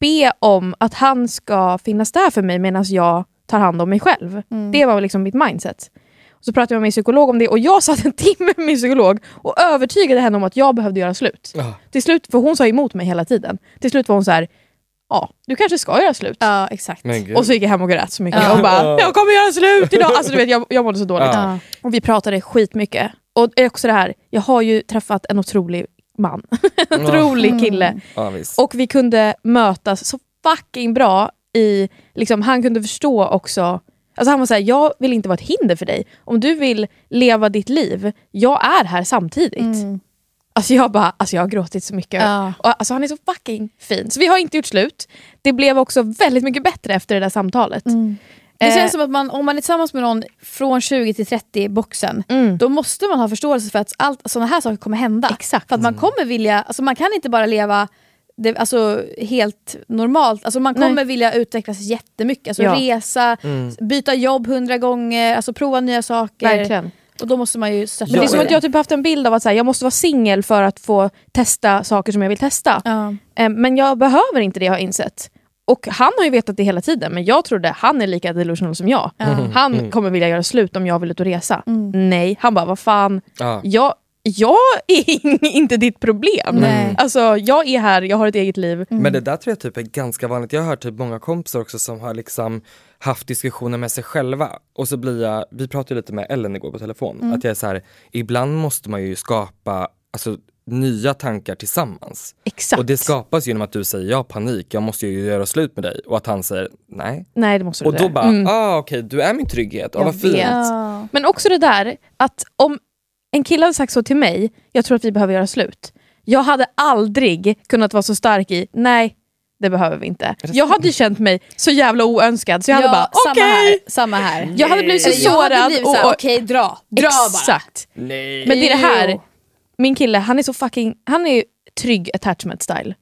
[SPEAKER 1] be om att han ska finnas där för mig medan jag tar hand om mig själv.
[SPEAKER 3] Mm.
[SPEAKER 1] Det var liksom mitt mindset. Och så pratade jag med min psykolog om det och jag [laughs] satt en timme med min psykolog och övertygade henne om att jag behövde göra slut. Till slut, för hon sa emot mig hela tiden. Till slut var hon så här, ja, du kanske ska göra slut.
[SPEAKER 3] Ja, exakt.
[SPEAKER 5] Men gud.
[SPEAKER 1] Och så gick jag hem och grät så mycket. Och bara, jag kommer göra
[SPEAKER 5] [laughs]
[SPEAKER 1] slut idag. Alltså, du vet, jag, jag mådde så dåligt.
[SPEAKER 5] Ja.
[SPEAKER 1] Och vi pratade skitmycket. Och det är också det här, jag har ju träffat en otrolig man. [laughs] en otrolig
[SPEAKER 3] Mm.
[SPEAKER 1] kille.
[SPEAKER 5] ja, visst.
[SPEAKER 1] Och vi kunde mötas så fucking bra. i, liksom, Han kunde förstå också. Alltså han var såhär, jag vill inte vara ett hinder för dig. Om du vill leva ditt liv, jag är här samtidigt. Alltså jag bara, alltså jag har gråtit så mycket.
[SPEAKER 3] Mm. Ja.
[SPEAKER 1] Och, alltså han är så fucking fin. Så vi har inte gjort slut. Det blev också väldigt mycket bättre efter det där samtalet.
[SPEAKER 3] Mm. Det
[SPEAKER 1] Eh,
[SPEAKER 3] känns som att man, om man är tillsammans med någon från 20 till 30 boxen,
[SPEAKER 1] Mm.
[SPEAKER 3] då måste man ha förståelse för att allt, sådana här saker kommer hända.
[SPEAKER 1] Exakt.
[SPEAKER 3] För att man kommer vilja, alltså man kan inte bara leva det, alltså, helt normalt. Alltså man kommer
[SPEAKER 1] Nej.
[SPEAKER 3] vilja utvecklas jättemycket. Alltså
[SPEAKER 1] Ja.
[SPEAKER 3] resa, byta jobb hundra gånger, alltså prova nya saker.
[SPEAKER 1] Verkligen.
[SPEAKER 3] Och då måste man ju stötta
[SPEAKER 1] Men det
[SPEAKER 3] sig
[SPEAKER 1] är som
[SPEAKER 3] i
[SPEAKER 1] att jag typ haft en bild av att så här, jag måste vara singel för att få testa saker som jag vill testa.
[SPEAKER 3] Ja.
[SPEAKER 1] Eh, Men jag behöver inte det har jag insett. Och han har ju vetat det hela tiden, men jag trodde han är lika delusional som
[SPEAKER 5] Mm.
[SPEAKER 1] jag. Han kommer vilja göra slut om jag vill ut och resa. Nej, han bara, vad fan,
[SPEAKER 5] Ja.
[SPEAKER 1] jag, jag är [laughs] ing- inte ditt problem.
[SPEAKER 3] Nej.
[SPEAKER 1] Alltså, jag är här, jag har ett eget liv.
[SPEAKER 5] Men det där tror jag typ är ganska vanligt. Jag har hört typ många kompisar också som har liksom haft diskussioner med sig själva och så blir jag, vi pratade lite med Ellen igår på telefon,
[SPEAKER 1] Mm.
[SPEAKER 5] att jag är så här, ibland måste man ju skapa alltså, nya tankar tillsammans.
[SPEAKER 1] Exakt.
[SPEAKER 5] Och det skapas genom att du säger jag har panik, jag måste ju göra slut med dig och att han säger nej.
[SPEAKER 1] Nej, det måste du
[SPEAKER 5] Och då
[SPEAKER 1] inte.
[SPEAKER 5] bara, ah okej du är min trygghet, ah,
[SPEAKER 1] Jag
[SPEAKER 5] vad fint.
[SPEAKER 1] vet. Men också det där att om en kille hade sagt så till mig, jag tror att vi behöver göra slut. Jag hade aldrig kunnat vara så stark i, nej det behöver vi inte. Jag hade ju känt mig så jävla oönskad så jag hade bara,
[SPEAKER 3] samma
[SPEAKER 1] okej.
[SPEAKER 3] här. Samma här.
[SPEAKER 1] Jag hade blivit så
[SPEAKER 3] Eller jag hade
[SPEAKER 1] sårad.
[SPEAKER 3] blivit så här,
[SPEAKER 1] och- och-
[SPEAKER 3] Okej, dra. Dra bara.
[SPEAKER 1] Exakt. Men det är det här, min kille han är så fucking, han är ju trygg attachment style.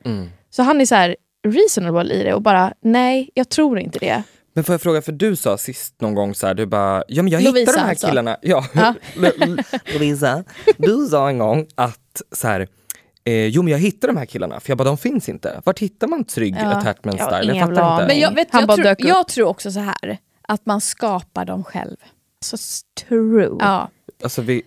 [SPEAKER 1] Så han är så här reasonable i det och bara, nej jag tror inte det.
[SPEAKER 5] Men får jag fråga, för du sa sist någon gång så här, du bara, ja men jag
[SPEAKER 3] Lovisa
[SPEAKER 5] hittar de här
[SPEAKER 3] alltså.
[SPEAKER 5] killarna. Ja. [laughs] Lovisa, du sa en gång att så här, eh, jo men jag hittar de här killarna, för jag bara de finns inte. Vart hittar man trygg attachment
[SPEAKER 1] jag har
[SPEAKER 5] style? Jag,
[SPEAKER 1] ingen jävla
[SPEAKER 5] fattar inte.
[SPEAKER 1] aning.
[SPEAKER 3] Men jag, vet,
[SPEAKER 1] Han
[SPEAKER 3] jag,
[SPEAKER 1] bara
[SPEAKER 3] tror,
[SPEAKER 1] dök upp.
[SPEAKER 3] jag tror också så här att man skapar dem själv.
[SPEAKER 1] Så true.
[SPEAKER 3] Ja.
[SPEAKER 5] Alltså, vi,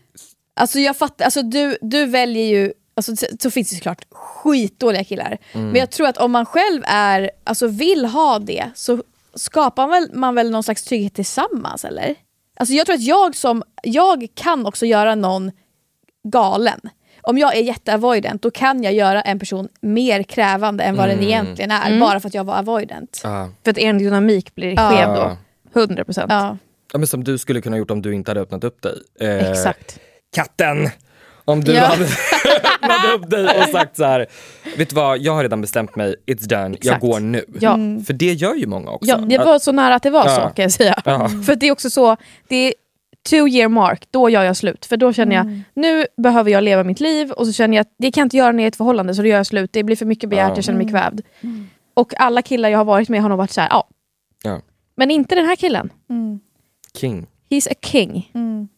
[SPEAKER 3] Alltså jag fattar, alltså du, du väljer ju, alltså, så- så finns det såklart skitdåliga killar. Men jag tror att om man själv är, alltså vill ha det så skapar man väl, man väl någon slags trygghet tillsammans eller? Alltså jag tror att jag som, jag kan också göra någon galen. Om jag är jätteavoidant då kan jag göra en person mer krävande än vad den egentligen är
[SPEAKER 1] Mm.
[SPEAKER 3] bara för att jag var avoidant.
[SPEAKER 5] ja.
[SPEAKER 1] För att er dynamik blir skev då. 100 procent.
[SPEAKER 3] Ja.
[SPEAKER 5] ja, men som du skulle kunna gjort om du inte hade öppnat upp dig. Eh,
[SPEAKER 1] Exakt.
[SPEAKER 5] Katten! Om du
[SPEAKER 3] Ja.
[SPEAKER 5] hade [laughs] öppnat upp dig och sagt så här, vet du vad, jag har redan bestämt mig, it's done, jag
[SPEAKER 1] Exakt.
[SPEAKER 5] går nu.
[SPEAKER 1] Ja.
[SPEAKER 5] För det gör ju många också.
[SPEAKER 1] Ja, det var så nära att det var
[SPEAKER 5] Ja.
[SPEAKER 1] så kan jag säga.
[SPEAKER 5] Ja.
[SPEAKER 1] För det är också så, det är two year mark, då gör jag slut. För då känner jag, nu behöver jag leva mitt liv och så känner jag att det kan jag inte göra när jag är i ett förhållande så då gör jag slut. Det blir för mycket begärt, jag känner mig kvävd. Och alla killar jag har varit med har nog varit så här, ja.
[SPEAKER 5] Ja.
[SPEAKER 1] Men inte den här killen.
[SPEAKER 5] King.
[SPEAKER 1] He's a king.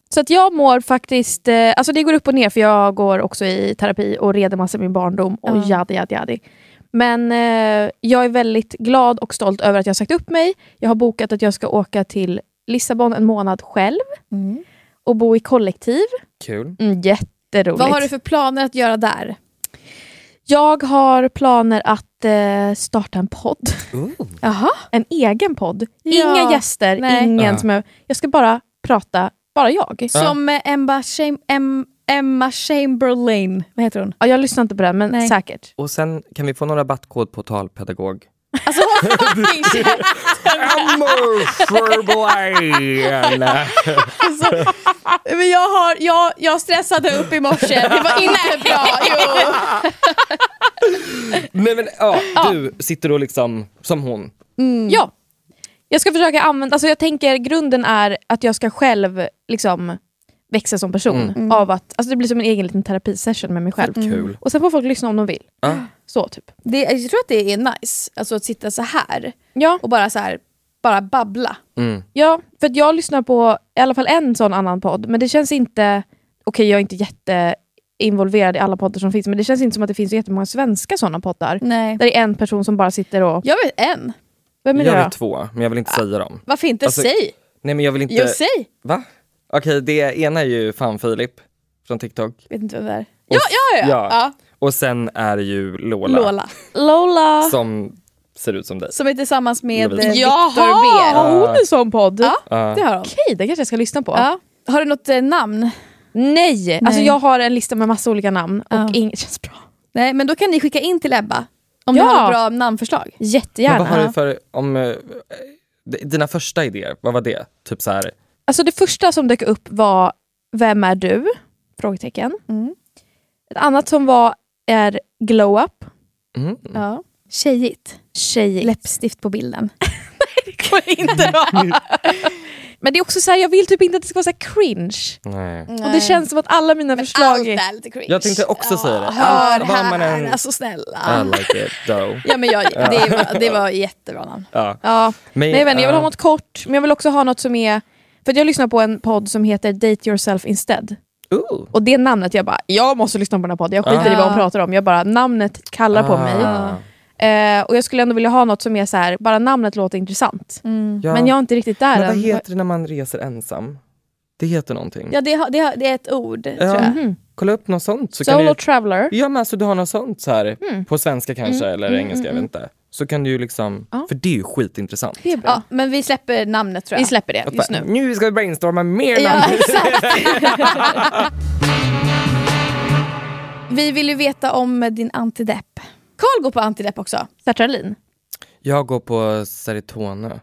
[SPEAKER 1] Så att jag mår faktiskt, eh, alltså det går upp och ner för jag går också i terapi och reder massa i min barndom och jadi jadi jadi. Men eh, jag är väldigt glad och stolt över att jag har sagt upp mig. Jag har bokat att jag ska åka till Lissabon en månad själv och bo i kollektiv.
[SPEAKER 5] Kul.
[SPEAKER 1] Mm, jätteroligt.
[SPEAKER 3] Vad har du för planer att göra där?
[SPEAKER 1] Jag har planer att eh, starta en podd. [laughs]
[SPEAKER 3] Jaha.
[SPEAKER 1] En egen podd.
[SPEAKER 3] Ja.
[SPEAKER 1] Inga gäster,
[SPEAKER 3] Nej.
[SPEAKER 1] ingen
[SPEAKER 5] Ja.
[SPEAKER 1] som jag... Jag ska bara prata, bara jag.
[SPEAKER 3] Som eh, Emma, Cham- Em- Emma Chamberlain. Vad heter hon?
[SPEAKER 1] Ja, jag lyssnar inte på den, men
[SPEAKER 3] Nej.
[SPEAKER 1] säkert.
[SPEAKER 5] Och sen kan vi få någon rabattkod på talpedagog?
[SPEAKER 3] Alltså, Men jag, har, jag, jag stressade upp i morse. [laughs] Det
[SPEAKER 1] [laughs]
[SPEAKER 3] var inte bra. Jo.
[SPEAKER 5] Nej men ja, du sitter och liksom som
[SPEAKER 3] Mm.
[SPEAKER 5] hon.
[SPEAKER 1] Ja. Jag ska försöka använda, alltså jag tänker grunden är att jag ska själv liksom växa som person.
[SPEAKER 3] Mm.
[SPEAKER 1] Av att, alltså det blir som en egen liten terapisession med mig själv.
[SPEAKER 5] Kul. Ah,
[SPEAKER 1] Och sen får folk lyssna om de vill. Så typ.
[SPEAKER 3] Det, jag tror att det är nice, alltså att sitta så här
[SPEAKER 1] Ja,
[SPEAKER 3] och bara så här, bara babbla.
[SPEAKER 5] mm.
[SPEAKER 1] ja, för att jag lyssnar på i alla fall en sån annan podd, men det känns inte, okej jag är inte jätteinvolverad i alla poddar som finns, men det känns inte som att det finns så jättemånga svenska sådana poddar.
[SPEAKER 3] Nej.
[SPEAKER 1] Där det är en person som bara sitter och,
[SPEAKER 3] Jag vet en.
[SPEAKER 1] vem är
[SPEAKER 5] Jag
[SPEAKER 1] det då?
[SPEAKER 5] vill två, men jag vill inte säga dem.
[SPEAKER 3] Varför inte
[SPEAKER 5] Alltså,
[SPEAKER 3] säg?
[SPEAKER 5] Nej men jag vill inte...
[SPEAKER 3] Jo, säg.
[SPEAKER 5] Va? Okej, det ena är ju fan Filip från TikTok.
[SPEAKER 3] Vet inte vem det är.
[SPEAKER 5] Och,
[SPEAKER 3] Ja, ja, ja. Ja.
[SPEAKER 5] Och sen är det ju Lola,
[SPEAKER 3] Lola.
[SPEAKER 1] Lola!
[SPEAKER 5] som ser ut som dig.
[SPEAKER 3] Som är tillsammans med eh,
[SPEAKER 5] Lovisa.
[SPEAKER 3] Victor B.
[SPEAKER 1] har hon en sån podd?
[SPEAKER 3] Ja,
[SPEAKER 5] Ah.
[SPEAKER 3] det har de.
[SPEAKER 1] Okej, det kanske jag ska lyssna på.
[SPEAKER 3] Ja. Har du något eh, namn?
[SPEAKER 1] Nej. Alltså jag har en lista med massa olika namn och inget känns bra.
[SPEAKER 3] Nej, men då kan ni skicka in till Ebba. Om
[SPEAKER 1] Ja.
[SPEAKER 3] ni har något bra namnförslag.
[SPEAKER 5] Men vad har
[SPEAKER 1] Jättegärna.
[SPEAKER 5] du för, om, eh, d- dina första idéer, vad var det? Typ så här,
[SPEAKER 1] Alltså det första som dök upp var Vem är du? Frågetecken.
[SPEAKER 3] Mm.
[SPEAKER 1] Ett annat som var är Glow Up.
[SPEAKER 3] Ja. Tjejigt.
[SPEAKER 1] Tjej.
[SPEAKER 3] Läppstift på
[SPEAKER 1] [laughs]
[SPEAKER 3] bilden.
[SPEAKER 1] inte vara. Men det är också så här, jag vill typ inte att det ska vara så här cringe.
[SPEAKER 5] nej.
[SPEAKER 3] Mm.
[SPEAKER 1] Och det känns som att alla mina förslag...
[SPEAKER 3] Allt
[SPEAKER 1] är-
[SPEAKER 3] är lite cringe.
[SPEAKER 5] Jag tänkte också säga det.
[SPEAKER 3] Hör
[SPEAKER 5] Allt, vad man
[SPEAKER 3] här,
[SPEAKER 5] än-
[SPEAKER 3] alltså snälla.
[SPEAKER 5] I like it though.
[SPEAKER 3] Ja, men jag, det, var, det var jättebra namn.
[SPEAKER 5] Ja.
[SPEAKER 1] Ja.
[SPEAKER 5] Men,
[SPEAKER 1] Nej, jag, vet inte, jag vill
[SPEAKER 5] ja.
[SPEAKER 1] ha något kort, men jag vill också ha något som är... För att jag lyssnar på en podd som heter Date Yourself Instead.
[SPEAKER 5] Ooh.
[SPEAKER 1] Och det namnet, jag bara, jag måste lyssna på den här podden. Jag skiter i vad hon pratar om. Jag bara, namnet kallar på mig. Eh, och jag skulle ändå vilja ha något som är så här, bara namnet låter intressant.
[SPEAKER 5] Ja.
[SPEAKER 1] Men jag är inte riktigt där
[SPEAKER 5] Men vad
[SPEAKER 1] än.
[SPEAKER 5] heter det när man reser ensam? Det heter någonting.
[SPEAKER 3] Ja, det, har- det, har- det är ett ord tror jag.
[SPEAKER 1] Mm-hmm.
[SPEAKER 5] Kolla upp något sånt. Så kan
[SPEAKER 1] Solo Mm.
[SPEAKER 5] du,
[SPEAKER 1] traveler.
[SPEAKER 5] ja, men alltså, du har något sånt så här, på svenska kanske eller
[SPEAKER 1] Mm,
[SPEAKER 5] engelska, jag vet inte. Så kan du ju liksom, för det är ju skitintressant.
[SPEAKER 1] Det är bra.
[SPEAKER 3] Ja, men vi släpper namnet tror jag.
[SPEAKER 1] Vi släpper det just
[SPEAKER 5] Bara,
[SPEAKER 1] nu.
[SPEAKER 5] nu ska vi brainstorma mer
[SPEAKER 3] Ja,
[SPEAKER 5] namn.
[SPEAKER 3] exakt. vi vill ju veta om din antidepp. Carl går på antidepp
[SPEAKER 1] [laughs]
[SPEAKER 3] också.
[SPEAKER 1] Sertralin.
[SPEAKER 5] [laughs] Jag går på Seritone.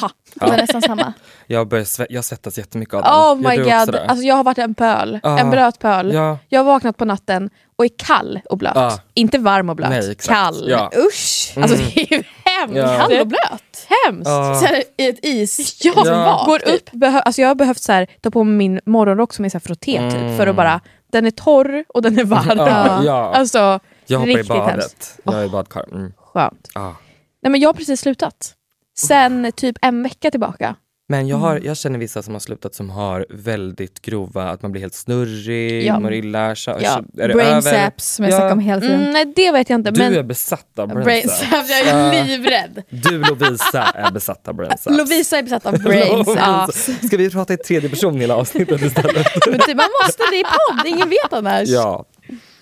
[SPEAKER 3] Ha. Det var nästan
[SPEAKER 1] [laughs]
[SPEAKER 3] samma.
[SPEAKER 5] Jag, börjar sve- jag svettas jättemycket av den.
[SPEAKER 1] Oh
[SPEAKER 5] Gör
[SPEAKER 1] my
[SPEAKER 5] du också
[SPEAKER 1] god.
[SPEAKER 5] det?
[SPEAKER 1] Alltså, jag har varit en pöl.
[SPEAKER 5] Ja.
[SPEAKER 1] En blötpöl.
[SPEAKER 5] Ja.
[SPEAKER 1] Jag har vaknat på natten och är kall och blöt.
[SPEAKER 5] Ja.
[SPEAKER 1] Inte varm och blöt.
[SPEAKER 5] Nej, exakt.
[SPEAKER 1] kall.
[SPEAKER 5] Ja.
[SPEAKER 3] Usch!
[SPEAKER 1] Alltså det är ju hemskt.
[SPEAKER 5] Ja.
[SPEAKER 3] Kall och blöt.
[SPEAKER 1] Hemskt.
[SPEAKER 5] Ja.
[SPEAKER 3] Så här, I ett is.
[SPEAKER 1] [laughs] Jag
[SPEAKER 5] Ja.
[SPEAKER 1] går upp, behö- alltså jag har behövt så här, ta på mig min morgonrock som är så här frotté typ,
[SPEAKER 5] Mm.
[SPEAKER 1] för att bara, den är torr och den är varm.
[SPEAKER 5] Ja, ja.
[SPEAKER 1] Alltså,
[SPEAKER 5] jag hoppar i
[SPEAKER 1] riktigt
[SPEAKER 5] badet.
[SPEAKER 1] hemskt.
[SPEAKER 5] Jag är i badkar. Mm.
[SPEAKER 1] Skönt.
[SPEAKER 5] Ja.
[SPEAKER 1] Nej, men jag har precis slutat. Sen typ en vecka tillbaka.
[SPEAKER 5] Men jag, har, jag känner vissa som har slutat som har väldigt grova, att man blir helt snurrig,
[SPEAKER 1] Ja.
[SPEAKER 5] mår illa. Så,
[SPEAKER 1] Ja.
[SPEAKER 5] så- är det
[SPEAKER 8] Brain
[SPEAKER 5] över?
[SPEAKER 8] zaps som jag
[SPEAKER 5] Ja.
[SPEAKER 8] snackar om hela tiden.
[SPEAKER 1] Mm, nej, det vet jag inte.
[SPEAKER 5] Du
[SPEAKER 1] men
[SPEAKER 5] är besatt av brain
[SPEAKER 3] Brain
[SPEAKER 5] zaps.
[SPEAKER 3] zaps. Jag
[SPEAKER 1] [laughs]
[SPEAKER 3] är livrädd.
[SPEAKER 5] Du Lovisa är besatt av brain zaps.
[SPEAKER 3] Lovisa är besatt av brain
[SPEAKER 5] [laughs] Lovisa.
[SPEAKER 3] zaps.
[SPEAKER 5] Ska vi prata i tredje person hela avsnittet istället?
[SPEAKER 3] Men typ, man måste det i podd, ingen vet annars.
[SPEAKER 5] ja.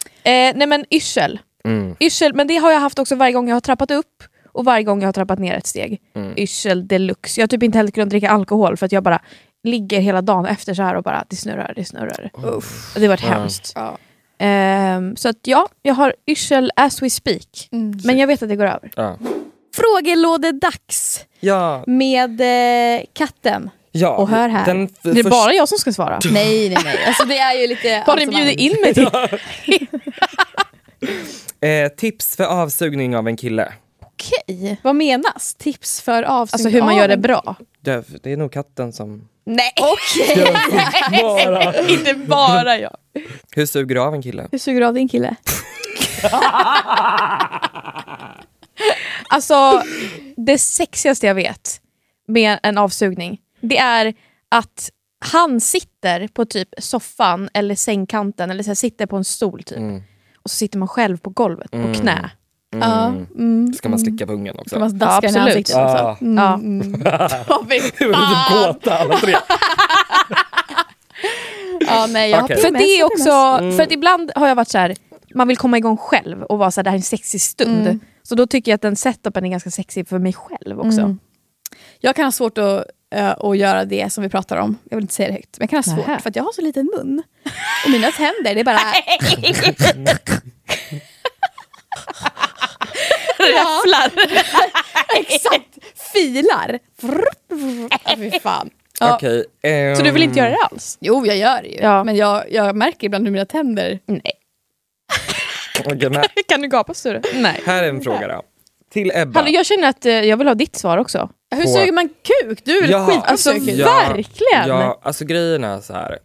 [SPEAKER 1] eh, nej men yrsel.
[SPEAKER 5] Mm.
[SPEAKER 1] yrsel. Men det har jag haft också varje gång jag har trappat upp och varje gång jag har trappat ner ett steg. Yrsel deluxe. Jag har typ inte heller kunnat dricka alkohol för att jag bara ligger hela dagen efter så här och bara det snurrar, det snurrar. Uff. Det har varit hemskt.
[SPEAKER 3] Ja.
[SPEAKER 1] Ehm, så att ja, jag har yrsel as we speak. Men jag vet att det går över.
[SPEAKER 5] Ja.
[SPEAKER 3] Frågelådedags
[SPEAKER 5] Ja.
[SPEAKER 3] med eh,
[SPEAKER 5] [laughs]
[SPEAKER 3] katten.
[SPEAKER 5] ja.
[SPEAKER 3] Och hör här.
[SPEAKER 5] Den f-
[SPEAKER 1] Det är
[SPEAKER 5] först-
[SPEAKER 1] bara jag som ska svara.
[SPEAKER 3] Nej, nej, nej. Alltså, det är ju lite...
[SPEAKER 1] Bara ni bjuder in [laughs] mig till
[SPEAKER 5] eh, tips för avsugning av en kille.
[SPEAKER 3] Okej. Vad menas? Tips för Ah, avsugning?
[SPEAKER 1] alltså, hur man gör det bra.
[SPEAKER 5] Det, det är nog katten som...
[SPEAKER 1] Nej,
[SPEAKER 3] [laughs] Okej. [laughs]
[SPEAKER 1] inte bara jag.
[SPEAKER 5] Hur suger du av en kille?
[SPEAKER 3] Hur suger du av din kille?
[SPEAKER 1] Alltså, det sexigaste jag vet med en avsugning, det är att han sitter på typ soffan eller sängkanten, eller så här, sitter på en stol typ. Och så sitter man själv på golvet, på knä.
[SPEAKER 5] Ska man slicka pungen också?
[SPEAKER 3] Ska man daska den i
[SPEAKER 1] absolut.
[SPEAKER 3] ansiktet?
[SPEAKER 5] Ah.
[SPEAKER 3] Alltså? Mm.
[SPEAKER 1] Ja.
[SPEAKER 5] Det var
[SPEAKER 1] Ah!
[SPEAKER 5] typ gåta alla
[SPEAKER 1] [laughs]
[SPEAKER 5] tre.
[SPEAKER 3] Ja, nej, jag
[SPEAKER 5] Okej.
[SPEAKER 3] har
[SPEAKER 1] För det är Mm. också,
[SPEAKER 3] PMS.
[SPEAKER 1] för att ibland har jag varit så här, man vill komma igång själv och vara så här, det här är en sexig stund. Så då tycker jag att den setupen är ganska sexig för mig själv också.
[SPEAKER 3] Jag kan ha svårt att, eh, att göra det som vi pratar om. Jag vill inte säga det högt. Men jag kan ha svårt
[SPEAKER 1] Nähä.
[SPEAKER 3] för att jag har så liten mun. Och mina tänder, det är bara... [laughs] Räfflar. [laughs] Exakt. Filar. [laughs] Ja, Fy fan. Ja.
[SPEAKER 5] Okej. ehm,
[SPEAKER 1] Så du vill inte göra det alls?
[SPEAKER 3] Ehm. Jo, jag gör det ju.
[SPEAKER 1] Ja.
[SPEAKER 3] Men jag, jag märker ibland hur mina tänder...
[SPEAKER 1] Nej.
[SPEAKER 5] Okej,
[SPEAKER 1] [laughs]
[SPEAKER 5] men
[SPEAKER 1] [laughs] Kan du gapa större? Nej.
[SPEAKER 5] här är en fråga då. Till Ebba.
[SPEAKER 1] Hallå, jag känner att eh, jag vill ha ditt svar också.
[SPEAKER 3] Hur
[SPEAKER 5] På-
[SPEAKER 3] suger man kuk? Du är
[SPEAKER 5] Ja.
[SPEAKER 3] ja. skitbra på
[SPEAKER 1] Alltså,
[SPEAKER 3] kuk.
[SPEAKER 1] Ja. verkligen.
[SPEAKER 5] Ja, alltså grejen är så här.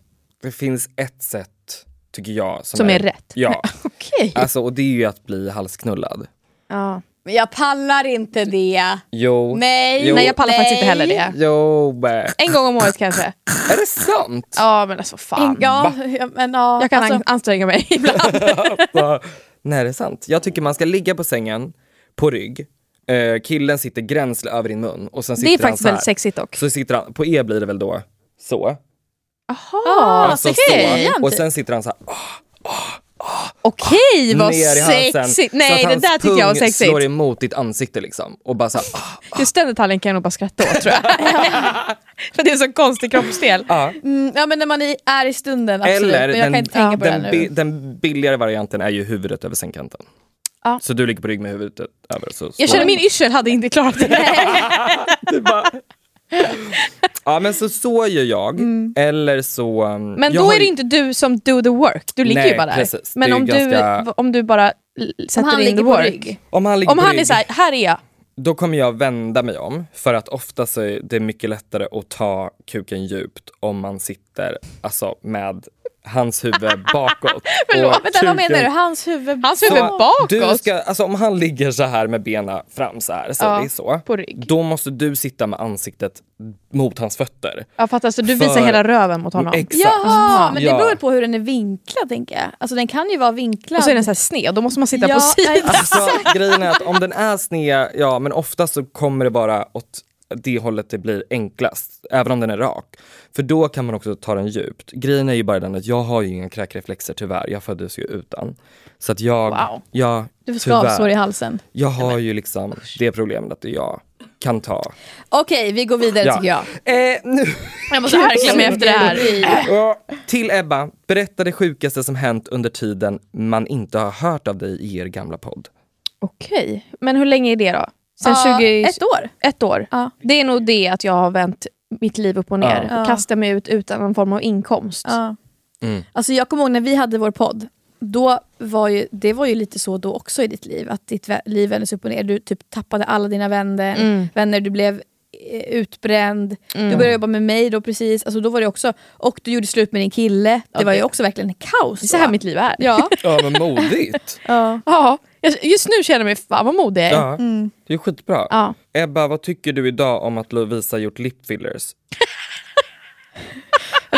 [SPEAKER 5] Det finns ett sätt, tycker jag.
[SPEAKER 1] Som är rätt.
[SPEAKER 5] Ja.
[SPEAKER 3] Okej.
[SPEAKER 5] Alltså, och det är ju att bli halsknullad.
[SPEAKER 1] Ja.
[SPEAKER 3] Men jag pallar inte det.
[SPEAKER 5] Jo.
[SPEAKER 3] Nej.
[SPEAKER 5] Jo.
[SPEAKER 1] Nej, jag pallar faktiskt inte
[SPEAKER 3] Nej.
[SPEAKER 1] heller det.
[SPEAKER 5] Jo. bä.
[SPEAKER 1] En gång om året kanske.
[SPEAKER 5] Är det sant?
[SPEAKER 1] Ja, men alltså vad fan.
[SPEAKER 3] Ja, ja, men ja.
[SPEAKER 1] Jag kan
[SPEAKER 3] alltså,
[SPEAKER 1] an- anstränga mig ibland.
[SPEAKER 5] [laughs] Ja. Nej, det är sant. Jag tycker man ska ligga på sängen, på rygg. Eh, killen sitter gränsle över din mun. Och sen
[SPEAKER 1] Det är
[SPEAKER 5] sitter han
[SPEAKER 1] faktiskt
[SPEAKER 5] så här.
[SPEAKER 1] väldigt sexigt dock.
[SPEAKER 5] Så sitter han, på E blir det väl då så.
[SPEAKER 1] Jaha,
[SPEAKER 5] Alltså
[SPEAKER 3] okej.
[SPEAKER 5] så. Och sen sitter han så här.
[SPEAKER 1] typ.
[SPEAKER 5] "Ah,
[SPEAKER 1] okej vad
[SPEAKER 5] ner i halsen.
[SPEAKER 1] sexigt.
[SPEAKER 5] så att
[SPEAKER 1] Nej, det
[SPEAKER 5] hans
[SPEAKER 1] där tycker jag var
[SPEAKER 5] pung slår
[SPEAKER 1] sexigt.
[SPEAKER 5] emot ditt ansikte liksom. Och bara så här, ah,
[SPEAKER 1] Just den detaljen kan jag nog bara skratta åt tror jag. För det är en så konstig kroppsdel.
[SPEAKER 5] ah.
[SPEAKER 3] mm, ja, men när man i- är i stunden, absolut.
[SPEAKER 5] Eller
[SPEAKER 3] men jag kan
[SPEAKER 5] den,
[SPEAKER 3] inte tänka på det
[SPEAKER 5] den, bi-
[SPEAKER 3] nu.
[SPEAKER 5] den billigare varianten är ju huvudet över sängkanten.
[SPEAKER 1] Ja.
[SPEAKER 5] Så du ligger på rygg med huvudet över. Så,
[SPEAKER 1] Jag känner min yrsel hade inte klarat det. [laughs]
[SPEAKER 5] Du bara... ja men så så gör jag. Eller så... um,
[SPEAKER 1] Mm. Men
[SPEAKER 5] jag
[SPEAKER 1] då
[SPEAKER 5] har
[SPEAKER 1] är det
[SPEAKER 5] ju-
[SPEAKER 1] inte du som do the work. Du ligger
[SPEAKER 5] Nej,
[SPEAKER 1] ju bara där.
[SPEAKER 5] precis.
[SPEAKER 1] Men
[SPEAKER 5] Det är
[SPEAKER 1] om
[SPEAKER 5] ju
[SPEAKER 1] du,
[SPEAKER 5] ganska-
[SPEAKER 1] om du bara l- sätter
[SPEAKER 3] han
[SPEAKER 1] in the
[SPEAKER 3] ligger på
[SPEAKER 1] work.
[SPEAKER 3] rygg.
[SPEAKER 5] Om han ligger
[SPEAKER 1] Om
[SPEAKER 5] på
[SPEAKER 1] han är
[SPEAKER 5] rygg,
[SPEAKER 1] så här, här är jag.
[SPEAKER 5] då kommer jag vända mig om. För att ofta så är det mycket lättare att ta kuken djupt om man sitter alltså, med hans
[SPEAKER 1] [laughs]
[SPEAKER 5] huvud bakåt.
[SPEAKER 3] Förlåt,
[SPEAKER 5] och
[SPEAKER 3] vänta, vad menar du?
[SPEAKER 5] kuken-
[SPEAKER 3] Hans huvud...
[SPEAKER 1] Hans huvud
[SPEAKER 5] Ja,
[SPEAKER 1] bakåt.
[SPEAKER 5] Du ska, alltså om han ligger så här med benen fram så här, säger
[SPEAKER 1] Ja,
[SPEAKER 5] vi så.
[SPEAKER 1] på rygg.
[SPEAKER 5] Då måste du sitta med ansiktet mot hans fötter.
[SPEAKER 1] Jag fattar, så du
[SPEAKER 5] För-
[SPEAKER 1] visar hela röven mot honom.
[SPEAKER 5] Exakt.
[SPEAKER 3] Jaha, men det
[SPEAKER 5] Ja.
[SPEAKER 3] beror väl på hur den är vinklad, tänker jag. Alltså den kan ju vara vinklad.
[SPEAKER 1] Och så är den så här sned, då måste man sitta
[SPEAKER 3] Ja,
[SPEAKER 1] på
[SPEAKER 3] [laughs]
[SPEAKER 1] sidan.
[SPEAKER 3] nej,
[SPEAKER 5] Alltså, grejen är att om den är sned, ja men ofta så kommer det bara åt det hållet det blir enklast, även om den är rak. För då kan man också ta den djupt. Grejen är ju bara den att jag har ju inga kräkreflexer tyvärr, jag föddes ju utan. Så att jag,
[SPEAKER 3] Wow.
[SPEAKER 5] jag,
[SPEAKER 3] Du får
[SPEAKER 5] tyvärr,
[SPEAKER 3] skavsår i halsen.
[SPEAKER 5] jag har ju liksom det problemet att jag kan ta.
[SPEAKER 3] Okej, vi går vidare
[SPEAKER 5] Ja.
[SPEAKER 3] tycker jag.
[SPEAKER 5] Eh, nu.
[SPEAKER 3] Jag måste harkla mig efter det här.
[SPEAKER 5] [laughs] Ja. Till Ebba, berätta det sjukaste som hänt under tiden man inte har hört av dig i er gamla podd.
[SPEAKER 1] Okej, men hur länge är det då? Sen
[SPEAKER 3] Ja,
[SPEAKER 1] 20...
[SPEAKER 3] ett år.
[SPEAKER 1] Ett år.
[SPEAKER 3] Ja.
[SPEAKER 1] Det är nog det att jag har vänt mitt liv upp och ner.
[SPEAKER 3] Ja.
[SPEAKER 1] Kastar mig ut utan någon form av inkomst.
[SPEAKER 3] Ja. Alltså jag kommer ihåg när vi hade vår podd. Då var ju, det var ju lite så då också i ditt liv. Att ditt vä- liv vändes upp och ner. Du typ tappade alla dina vänner.
[SPEAKER 1] Mm.
[SPEAKER 3] vänner du blev eh, utbränd. Du började jobba med mig då precis. Alltså då var det också, och du gjorde slut med din kille. Det var ju också verkligen kaos.
[SPEAKER 1] Det är så här mitt liv är. [laughs]
[SPEAKER 3] Ja.
[SPEAKER 5] Ja, men modigt.
[SPEAKER 1] Ja. Jag- Just nu känner jag mig fan vad modig.
[SPEAKER 5] Ja, det är skitbra.
[SPEAKER 1] Mm. Ja.
[SPEAKER 5] Ebba, vad tycker du idag om att Lovisa gjort lip fillers?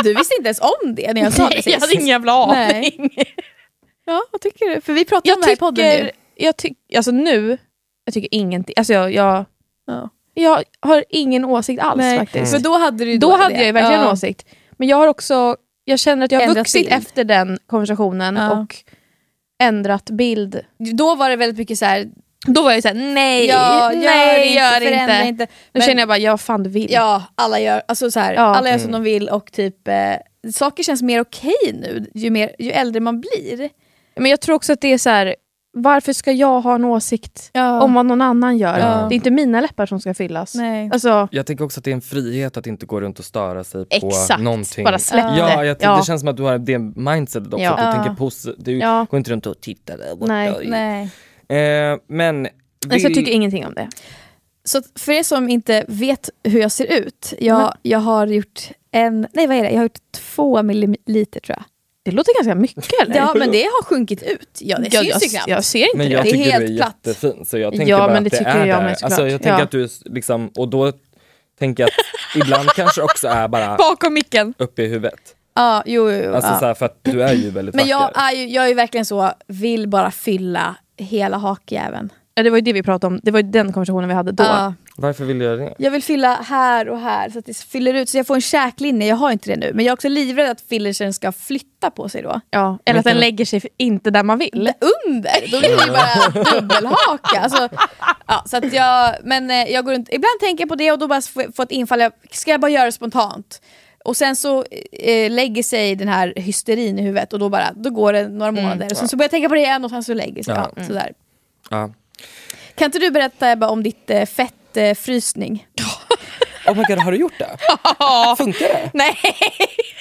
[SPEAKER 3] Du visste inte ens om det när jag sa det
[SPEAKER 1] Nej, jag
[SPEAKER 3] sist.
[SPEAKER 1] hade ingen jävla aning.
[SPEAKER 3] Nej.
[SPEAKER 1] [laughs]
[SPEAKER 3] Ja, vad tycker du? För vi pratar om
[SPEAKER 1] Jag
[SPEAKER 3] det här i podden
[SPEAKER 1] tycker,
[SPEAKER 3] nu.
[SPEAKER 1] jag tycker, alltså nu, jag tycker ingenting. Alltså jag, jag,
[SPEAKER 3] Ja.
[SPEAKER 1] jag har ingen åsikt alls faktiskt.
[SPEAKER 3] För då hade du ju
[SPEAKER 1] Då hade
[SPEAKER 3] det.
[SPEAKER 1] jag ju verkligen
[SPEAKER 3] Ja.
[SPEAKER 1] en åsikt. Men jag har också, jag känner att jag har
[SPEAKER 3] Ändrat
[SPEAKER 1] vuxit
[SPEAKER 3] bild.
[SPEAKER 1] efter den konversationen
[SPEAKER 3] Ja.
[SPEAKER 1] och ändrat bild.
[SPEAKER 3] Då var det väldigt mycket så här,
[SPEAKER 1] Då var jag så här, nej,
[SPEAKER 3] ja,
[SPEAKER 1] nej,
[SPEAKER 3] gör
[SPEAKER 1] gör
[SPEAKER 3] det
[SPEAKER 1] inte.
[SPEAKER 3] inte, förändra inte.
[SPEAKER 1] Nu känner jag bara, ja fan du vill.
[SPEAKER 3] Ja, alla gör, alltså så här,
[SPEAKER 1] Ja.
[SPEAKER 3] alla gör som
[SPEAKER 5] Mm.
[SPEAKER 3] de vill och typ eh, saker känns mer okej nu ju, mer, ju äldre man blir.
[SPEAKER 1] Men jag tror också att det är så här, varför ska jag ha en åsikt
[SPEAKER 3] Ja.
[SPEAKER 1] om vad någon annan gör?
[SPEAKER 3] Ja.
[SPEAKER 1] Det är inte mina läppar som ska fyllas.
[SPEAKER 3] Nej.
[SPEAKER 1] Alltså,
[SPEAKER 5] Jag tänker också att det är en frihet att inte gå runt och störa sig på
[SPEAKER 1] Exakt,
[SPEAKER 5] någonting.
[SPEAKER 1] bara släpp
[SPEAKER 5] ja,
[SPEAKER 1] det.
[SPEAKER 5] Jag tänker-
[SPEAKER 1] Ja.
[SPEAKER 5] Det känns som att du har det mindsetet också.
[SPEAKER 1] Ja.
[SPEAKER 5] Att du
[SPEAKER 3] Ja.
[SPEAKER 5] tänker posi- du
[SPEAKER 1] Ja.
[SPEAKER 5] går inte runt och tittar där borta.
[SPEAKER 1] Nej.
[SPEAKER 5] i- Eh, men
[SPEAKER 1] alltså, jag
[SPEAKER 5] vill-
[SPEAKER 1] tycker ingenting om det.
[SPEAKER 3] Så att för er som inte vet hur jag ser ut, jag,
[SPEAKER 1] Mm.
[SPEAKER 3] jag har gjort en, nej vad är det, jag har gjort två milliliter tror jag.
[SPEAKER 1] Det låter ganska mycket eller?
[SPEAKER 3] Ja men det har sjunkit ut, ja, det
[SPEAKER 1] jag,
[SPEAKER 3] syns ju
[SPEAKER 1] jag,
[SPEAKER 3] knappt.
[SPEAKER 1] jag ser inte
[SPEAKER 5] Men
[SPEAKER 1] det.
[SPEAKER 5] jag
[SPEAKER 3] Det är
[SPEAKER 5] tycker du är
[SPEAKER 3] helt platt.
[SPEAKER 5] jättefin. Så jag tänker
[SPEAKER 1] Ja,
[SPEAKER 5] bara
[SPEAKER 1] men
[SPEAKER 5] att
[SPEAKER 1] det
[SPEAKER 5] det,
[SPEAKER 1] tycker
[SPEAKER 5] är
[SPEAKER 1] jag med
[SPEAKER 5] där.
[SPEAKER 1] såklart.
[SPEAKER 5] Alltså, jag tänker
[SPEAKER 1] Ja.
[SPEAKER 5] att du är s- liksom, och då tänker jag att ibland kanske också är bara
[SPEAKER 1] [laughs] Bakom micken.
[SPEAKER 5] uppe i huvudet.
[SPEAKER 3] Ja, jo, jo, jo,
[SPEAKER 5] Alltså
[SPEAKER 3] ja.
[SPEAKER 5] så här, för att du är ju väldigt
[SPEAKER 3] Men jag
[SPEAKER 5] vacker.
[SPEAKER 3] är, ju, jag är ju verkligen så, vill bara fylla hela hakjäveln.
[SPEAKER 1] Ja, det var ju det vi pratade om. Det var ju den konversationen vi hade då.
[SPEAKER 3] Ja.
[SPEAKER 5] Varför vill du göra det?
[SPEAKER 3] Jag vill fylla här och här så att det fyller ut. Så jag får en käklinje, jag har inte det nu. Men jag är också livrädd att fillersen ska flytta på sig då.
[SPEAKER 1] Ja, eller att den lägger sig inte där man vill.
[SPEAKER 3] Under! Då blir det ju bara dubbelhaka. Alltså, ja, så att jag, men eh, jag går runt, ibland tänker jag på det och då bara får jag- får jag ett infall, jag, ska jag bara göra det spontant? Och sen så eh, lägger sig den här hysterin i huvudet och då, bara, då går det några månader. och sen så börjar jag tänka på det igen och sen så lägger sig. Ja, sådär.
[SPEAKER 5] Ja.
[SPEAKER 3] Kan inte du berätta Ebba om ditt eh, fettfrysning? Eh, frysning?
[SPEAKER 5] Oh my god, har du gjort det? Funkar det?
[SPEAKER 1] Nej,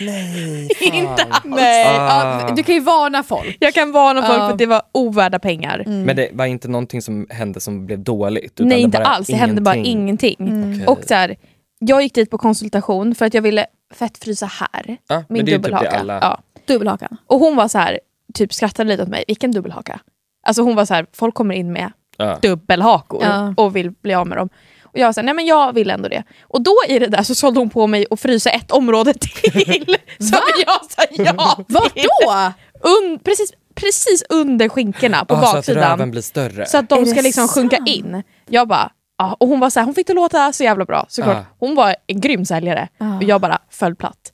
[SPEAKER 3] Nej.
[SPEAKER 5] Ah.
[SPEAKER 3] Eh, Ja, du kan ju varna folk.
[SPEAKER 1] jag kan varna folk
[SPEAKER 3] Ja. Mm.
[SPEAKER 1] för att det var ovärda pengar.
[SPEAKER 5] Mm. Men det var inte någonting som hände som blev dåligt? utan
[SPEAKER 1] Nej,
[SPEAKER 5] det
[SPEAKER 1] inte
[SPEAKER 5] bara
[SPEAKER 1] alls. Det hände bara ingenting.
[SPEAKER 3] Mm.
[SPEAKER 1] Och så här, jag gick dit på konsultation för att jag ville fettfrysa här.
[SPEAKER 5] Ja, men
[SPEAKER 1] min
[SPEAKER 5] det är ju typ det
[SPEAKER 1] dubbelhaka.
[SPEAKER 5] alla-
[SPEAKER 1] Ja.
[SPEAKER 3] Dubbelhakan.
[SPEAKER 1] Och hon var så här, typ skrattade lite åt mig. Vilken dubbelhaka? Alltså hon var så här, folk kommer in med
[SPEAKER 5] Ja.
[SPEAKER 1] dubbelhakor
[SPEAKER 3] Ja.
[SPEAKER 1] och vill bli av med dem. Och jag sa, nej men jag vill ändå det. Och då i det där så sålde hon på mig att frysa ett område [laughs] till. som jag sa ja
[SPEAKER 3] Vart
[SPEAKER 1] till.
[SPEAKER 3] då?
[SPEAKER 1] Un, precis, precis under skinkorna på
[SPEAKER 5] Ah, så att
[SPEAKER 1] baksidan.
[SPEAKER 5] röven blir större?
[SPEAKER 1] Så att de
[SPEAKER 3] Är
[SPEAKER 1] ska
[SPEAKER 3] det
[SPEAKER 1] liksom sjunka in. Jag bara, ja. Och hon var så här, hon fick det låta så jävla bra såklart.
[SPEAKER 5] Ja.
[SPEAKER 1] Hon var en grym säljare. Och jag bara föll platt.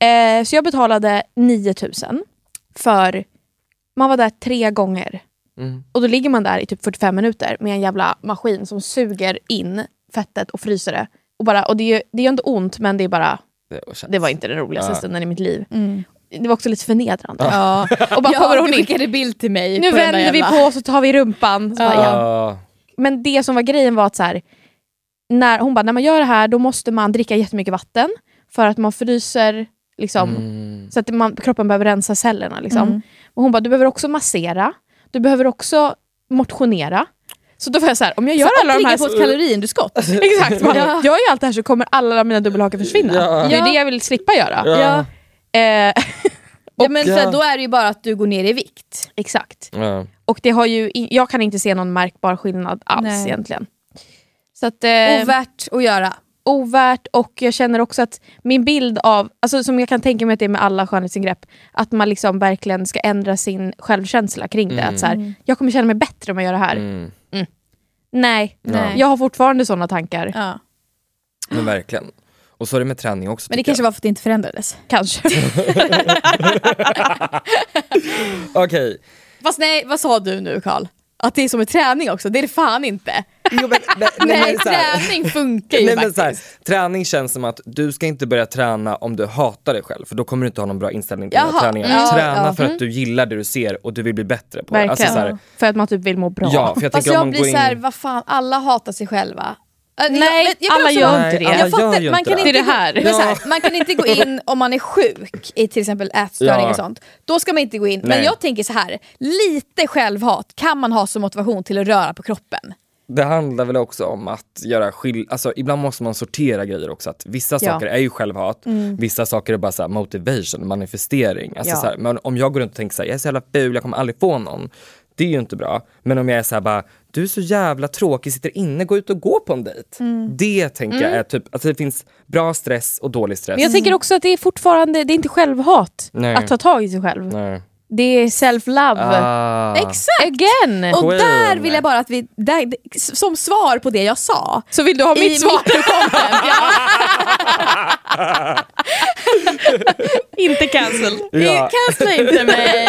[SPEAKER 1] Eh, så jag betalade 9000 för, man var där tre gånger. Och då ligger man där i typ 45 minuter med en jävla maskin som suger in fettet och fryser det. Och, bara, och det, gör, det gör inte ont men det är bara, [laughs] det var inte den roligaste
[SPEAKER 5] Ja.
[SPEAKER 1] stunden i mitt liv. Det var också lite förnedrande.
[SPEAKER 3] Ja.
[SPEAKER 1] Och bara kommer hon
[SPEAKER 3] du
[SPEAKER 1] in.
[SPEAKER 3] skickade bild till mig.
[SPEAKER 1] Nu
[SPEAKER 3] på den där
[SPEAKER 1] vänder vi
[SPEAKER 3] jävla-
[SPEAKER 1] på oss och tar vi rumpan. Så bara, ja.
[SPEAKER 5] Ah.
[SPEAKER 1] Men det som var grejen var att så här, när hon bara, när man gör det här då måste man dricka jättemycket vatten för att man fryser liksom,
[SPEAKER 5] Mm.
[SPEAKER 1] så att man, kroppen behöver rensa cellerna. Liksom. Och hon bara, du behöver också massera, du behöver också motionera. Så då var jag så här, om jag gör alla de här...
[SPEAKER 3] Trigga på ett
[SPEAKER 1] [laughs]
[SPEAKER 3] kaloriunderskott.
[SPEAKER 1] Exakt, man, gör jag allt det här så kommer alla mina dubbelhakar försvinna. Det är det jag vill slippa göra.
[SPEAKER 3] ja.
[SPEAKER 1] Eh, [laughs]
[SPEAKER 3] Ja, men så här, då är det ju bara att du går ner i vikt.
[SPEAKER 1] exakt.
[SPEAKER 5] Ja.
[SPEAKER 1] Och det har ju, i- jag kan inte se någon märkbar skillnad alls
[SPEAKER 3] Nej.
[SPEAKER 1] egentligen. Så att, eh,
[SPEAKER 3] Ovärt att göra.
[SPEAKER 1] ovärt och jag känner också att min bild av, alltså som jag kan tänka mig att det är med alla skönhetsingrepp, att man liksom verkligen ska ändra sin självkänsla kring det. Att så här, jag kommer känna mig bättre om jag gör det här. Mm. Nej,
[SPEAKER 3] Nej.
[SPEAKER 1] jag har fortfarande såna tankar.
[SPEAKER 3] Ja.
[SPEAKER 5] Men verkligen. Och så är det med träning också.
[SPEAKER 3] Men det
[SPEAKER 5] tycker
[SPEAKER 3] kanske var för att det inte förändrades.
[SPEAKER 1] Kanske.
[SPEAKER 5] jag. Okej,
[SPEAKER 3] Fast nej, vad sa du nu Karl? Att det är som med träning också, det är det fan inte.
[SPEAKER 5] Jo, men, men, nej,
[SPEAKER 3] Nej,
[SPEAKER 5] men så här.
[SPEAKER 3] träning funkar ju
[SPEAKER 5] Nej, men
[SPEAKER 3] faktiskt.
[SPEAKER 5] så här, träning känns som att du ska inte börja träna om du hatar dig själv för då kommer du inte ha någon bra inställning till dina
[SPEAKER 3] Jaha,
[SPEAKER 5] träningar.
[SPEAKER 3] ja,
[SPEAKER 5] Träna
[SPEAKER 3] ja.
[SPEAKER 5] för att du gillar det du ser och du vill bli bättre på det.
[SPEAKER 1] Verkligen.
[SPEAKER 5] Alltså, så här,
[SPEAKER 1] För att man typ vill må bra.
[SPEAKER 5] ja, för jag
[SPEAKER 3] Fast
[SPEAKER 5] tänker om
[SPEAKER 3] jag
[SPEAKER 5] man
[SPEAKER 3] blir
[SPEAKER 5] går in...
[SPEAKER 3] så här, vad fan, alla hatar sig själva. Äh,
[SPEAKER 1] Nej,
[SPEAKER 3] men kan
[SPEAKER 1] alla
[SPEAKER 3] också-
[SPEAKER 1] gör inte Nej, det. alla
[SPEAKER 3] Jag fattar,
[SPEAKER 5] gör ju
[SPEAKER 3] man
[SPEAKER 5] inte
[SPEAKER 3] kan
[SPEAKER 5] det.
[SPEAKER 3] inte
[SPEAKER 1] Det är det här.
[SPEAKER 3] gå- men så här, Man kan inte gå in om man är sjuk i till exempel ätstörning
[SPEAKER 5] Ja.
[SPEAKER 3] och sånt. Då ska man inte gå in. Men
[SPEAKER 5] Nej.
[SPEAKER 3] jag tänker så här, lite självhat kan man ha som motivation till att röra på kroppen.
[SPEAKER 5] Det handlar väl också om att göra skill... Alltså ibland måste man sortera grejer också. Att vissa
[SPEAKER 1] Ja. Mm.
[SPEAKER 5] saker är ju självhat, vissa saker är bara så här motivation, manifestering. Alltså
[SPEAKER 1] Ja.
[SPEAKER 5] så här, men om jag går runt och tänker så här, jag är så jävla ful, jag kommer aldrig få någon. Det är ju inte bra. Men om jag är så här bara, du är så jävla tråkig, sitter inne, gå ut och gå på en dejt.
[SPEAKER 1] Mm.
[SPEAKER 5] Det tänker jag är typ, alltså det finns bra stress och dålig stress.
[SPEAKER 1] Men jag tänker också att det är fortfarande, det är inte självhat
[SPEAKER 5] Nej.
[SPEAKER 1] att ta tag i sig själv.
[SPEAKER 5] Nej.
[SPEAKER 1] Det är self-love.
[SPEAKER 5] Mm. Ah.
[SPEAKER 3] Exakt!
[SPEAKER 1] Again!
[SPEAKER 3] Och
[SPEAKER 5] Queen.
[SPEAKER 3] där vill jag bara att vi, där, som svar på det jag sa.
[SPEAKER 1] så vill du ha
[SPEAKER 3] i
[SPEAKER 1] mitt svar?
[SPEAKER 3] mitt content, [laughs] ja.
[SPEAKER 1] inte cancelled.
[SPEAKER 5] Ja.
[SPEAKER 3] Kasta inte mig.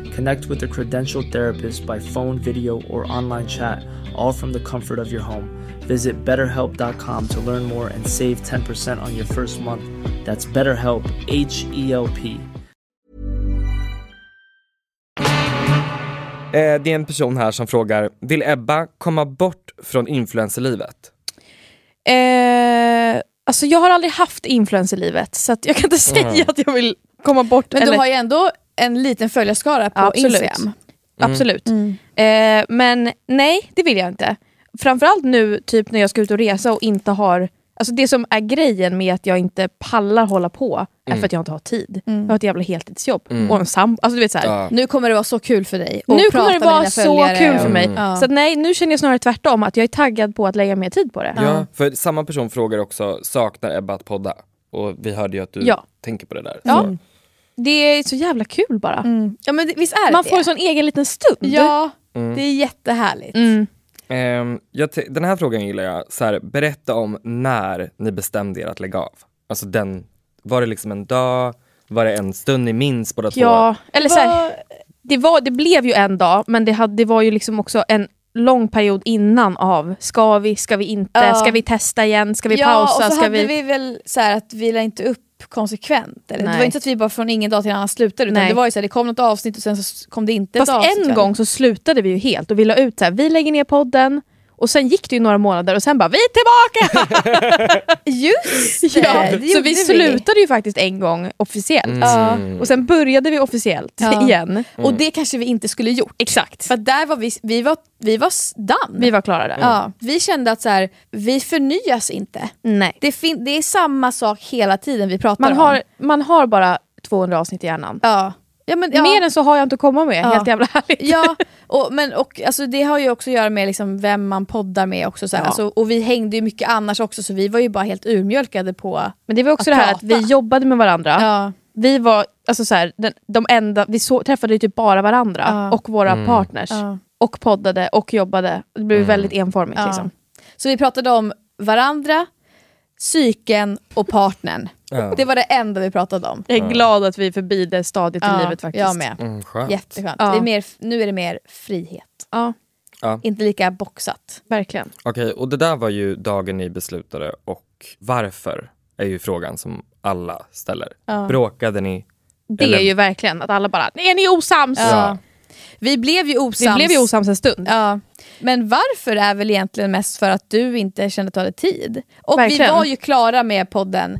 [SPEAKER 2] Connect with a credentialed therapist by phone, video, or online chat, all from the comfort of your home. Visit betterhelp.com to learn more and save 10% on your first month. That's BetterHelp, H E L P.
[SPEAKER 5] Eh, det är en person här som frågar, vill Ebba komma bort från influencerlivet?
[SPEAKER 1] Eh, alltså jag har aldrig haft influencerlivet så att jag kan inte säga att jag vill komma bort.
[SPEAKER 3] Men du
[SPEAKER 1] eller-
[SPEAKER 3] har ju ändå en liten följarskara på
[SPEAKER 1] Absolut.
[SPEAKER 3] Instagram. Mm.
[SPEAKER 1] Absolut. Eh, men nej, det vill jag inte. Framförallt nu typ när jag ska ut och resa och inte har... Alltså det som är grejen med att jag inte pallar hålla på
[SPEAKER 5] Mm.
[SPEAKER 1] är för att jag inte har tid.
[SPEAKER 3] Mm.
[SPEAKER 1] Jag har ett jävla heltidsjobb och en sambo. Alltså du vet så här.
[SPEAKER 5] Ja.
[SPEAKER 3] Nu kommer det vara så kul för dig. att
[SPEAKER 1] Nu
[SPEAKER 3] prata
[SPEAKER 1] kommer det
[SPEAKER 3] med
[SPEAKER 1] vara
[SPEAKER 3] dina
[SPEAKER 1] så
[SPEAKER 3] följare
[SPEAKER 1] kul
[SPEAKER 3] och-
[SPEAKER 1] för
[SPEAKER 5] Mm.
[SPEAKER 1] mig.
[SPEAKER 3] Ja.
[SPEAKER 1] Så att nej, nu känner jag snarare tvärtom. Att jag är taggad på att lägga mer tid på det.
[SPEAKER 5] Ja, för samma person frågar också, saknar Ebba att podda? Och vi hörde ju att du
[SPEAKER 1] Ja.
[SPEAKER 5] tänker på det där.
[SPEAKER 1] Ja.
[SPEAKER 5] Så.
[SPEAKER 1] Det är så jävla kul bara.
[SPEAKER 3] Ja men det- visst Mm. är det
[SPEAKER 1] Man
[SPEAKER 3] det?
[SPEAKER 1] får en sån egen liten stund.
[SPEAKER 3] Ja,
[SPEAKER 5] Mm.
[SPEAKER 3] det är jättehärligt.
[SPEAKER 1] Mm.
[SPEAKER 5] Ehm, jag te- den här frågan gillar jag. Så här, berätta om när ni bestämde er att lägga av. Alltså den, var det liksom en dag? Var det en stund ni minns båda
[SPEAKER 1] Ja, eller så
[SPEAKER 3] Vad-
[SPEAKER 1] här, det, var, det blev ju en dag, men det, hade, det var ju liksom också en lång period innan av ska vi, ska vi inte,
[SPEAKER 3] Ja.
[SPEAKER 1] ska vi testa igen, ska vi
[SPEAKER 3] ja,
[SPEAKER 1] pausa,
[SPEAKER 3] och så
[SPEAKER 1] ska
[SPEAKER 3] hade
[SPEAKER 1] vi...
[SPEAKER 3] vi, väl så här att vi la inte upp konsekvent. Eller? Det
[SPEAKER 1] Nej.
[SPEAKER 3] var inte att vi bara från ingen dag till en annan slutade utan
[SPEAKER 1] Nej.
[SPEAKER 3] det var ju så här, det kom något avsnitt och sen så kom det inte ett
[SPEAKER 1] Fast
[SPEAKER 3] avsnitt.
[SPEAKER 1] en
[SPEAKER 3] väl?
[SPEAKER 1] gång så slutade vi ju helt och vi la ut så här, vi lägger ner podden och sen gick det ju några månader och sen bara vi är
[SPEAKER 3] [laughs]
[SPEAKER 1] tillbaka! [laughs]
[SPEAKER 3] Just det! det
[SPEAKER 1] så
[SPEAKER 3] gjorde
[SPEAKER 1] vi slutade ju faktiskt en gång officiellt
[SPEAKER 3] Ja.
[SPEAKER 1] och sen började vi officiellt
[SPEAKER 3] Ja.
[SPEAKER 1] igen.
[SPEAKER 3] Och det kanske vi inte skulle gjort. Exakt. För att där var vi, vi var, vi var s- done.
[SPEAKER 1] Vi var klara där.
[SPEAKER 3] ja, vi kände att så här, vi förnyas inte.
[SPEAKER 1] Nej.
[SPEAKER 3] Det, fin- det är samma sak hela tiden vi pratar
[SPEAKER 1] Man
[SPEAKER 3] om.
[SPEAKER 1] har, man har bara 200 avsnitt i hjärnan.
[SPEAKER 3] ja. Ja, men, ja.
[SPEAKER 1] Mer än så har jag inte att komma med,
[SPEAKER 3] Ja.
[SPEAKER 1] helt jävla härligt.
[SPEAKER 3] Ja, och, men, och, alltså, det har ju också att göra med liksom, vem man poddar med. också. Så här.
[SPEAKER 1] Ja.
[SPEAKER 3] Alltså, och vi hängde ju mycket annars också, så vi var ju bara helt urmjölkade på...
[SPEAKER 1] Men det var också
[SPEAKER 3] Att
[SPEAKER 1] det här
[SPEAKER 3] prata.
[SPEAKER 1] att vi jobbade med varandra.
[SPEAKER 3] Ja.
[SPEAKER 1] vi var alltså så här, den, de enda, vi så, träffade ju typ bara varandra
[SPEAKER 3] Ja.
[SPEAKER 1] och våra
[SPEAKER 5] Mm.
[SPEAKER 1] partners.
[SPEAKER 3] Ja.
[SPEAKER 1] Och poddade och jobbade. Det blev
[SPEAKER 5] Mm.
[SPEAKER 1] väldigt enformigt.
[SPEAKER 3] Ja.
[SPEAKER 1] Liksom.
[SPEAKER 3] Så vi pratade om varandra, psyken och partnern.
[SPEAKER 5] Ja.
[SPEAKER 3] Det var det enda vi pratade om.
[SPEAKER 1] Jag är glad att vi är förbi det stadiet
[SPEAKER 3] Ja,
[SPEAKER 1] i livet faktiskt.
[SPEAKER 3] Jag med.
[SPEAKER 5] Mm, skönt.
[SPEAKER 3] Jätteskönt.
[SPEAKER 1] Ja.
[SPEAKER 3] Det är mer, nu är det mer frihet.
[SPEAKER 1] Ja,
[SPEAKER 3] Inte lika boxat.
[SPEAKER 1] verkligen.
[SPEAKER 5] Okej, och det där var ju dagen ni beslutade och varför är ju frågan som alla ställer. Bråkade ni?
[SPEAKER 1] Det
[SPEAKER 5] Eller-
[SPEAKER 1] är ju verkligen att alla bara, är ni osams?
[SPEAKER 3] Ja. Vi blev ju osams.
[SPEAKER 1] Vi blev ju osams en stund.
[SPEAKER 3] Ja. Men varför är väl egentligen mest för att du inte kände att du hade tid. Och
[SPEAKER 1] Verkligen.
[SPEAKER 3] vi var ju klara med podden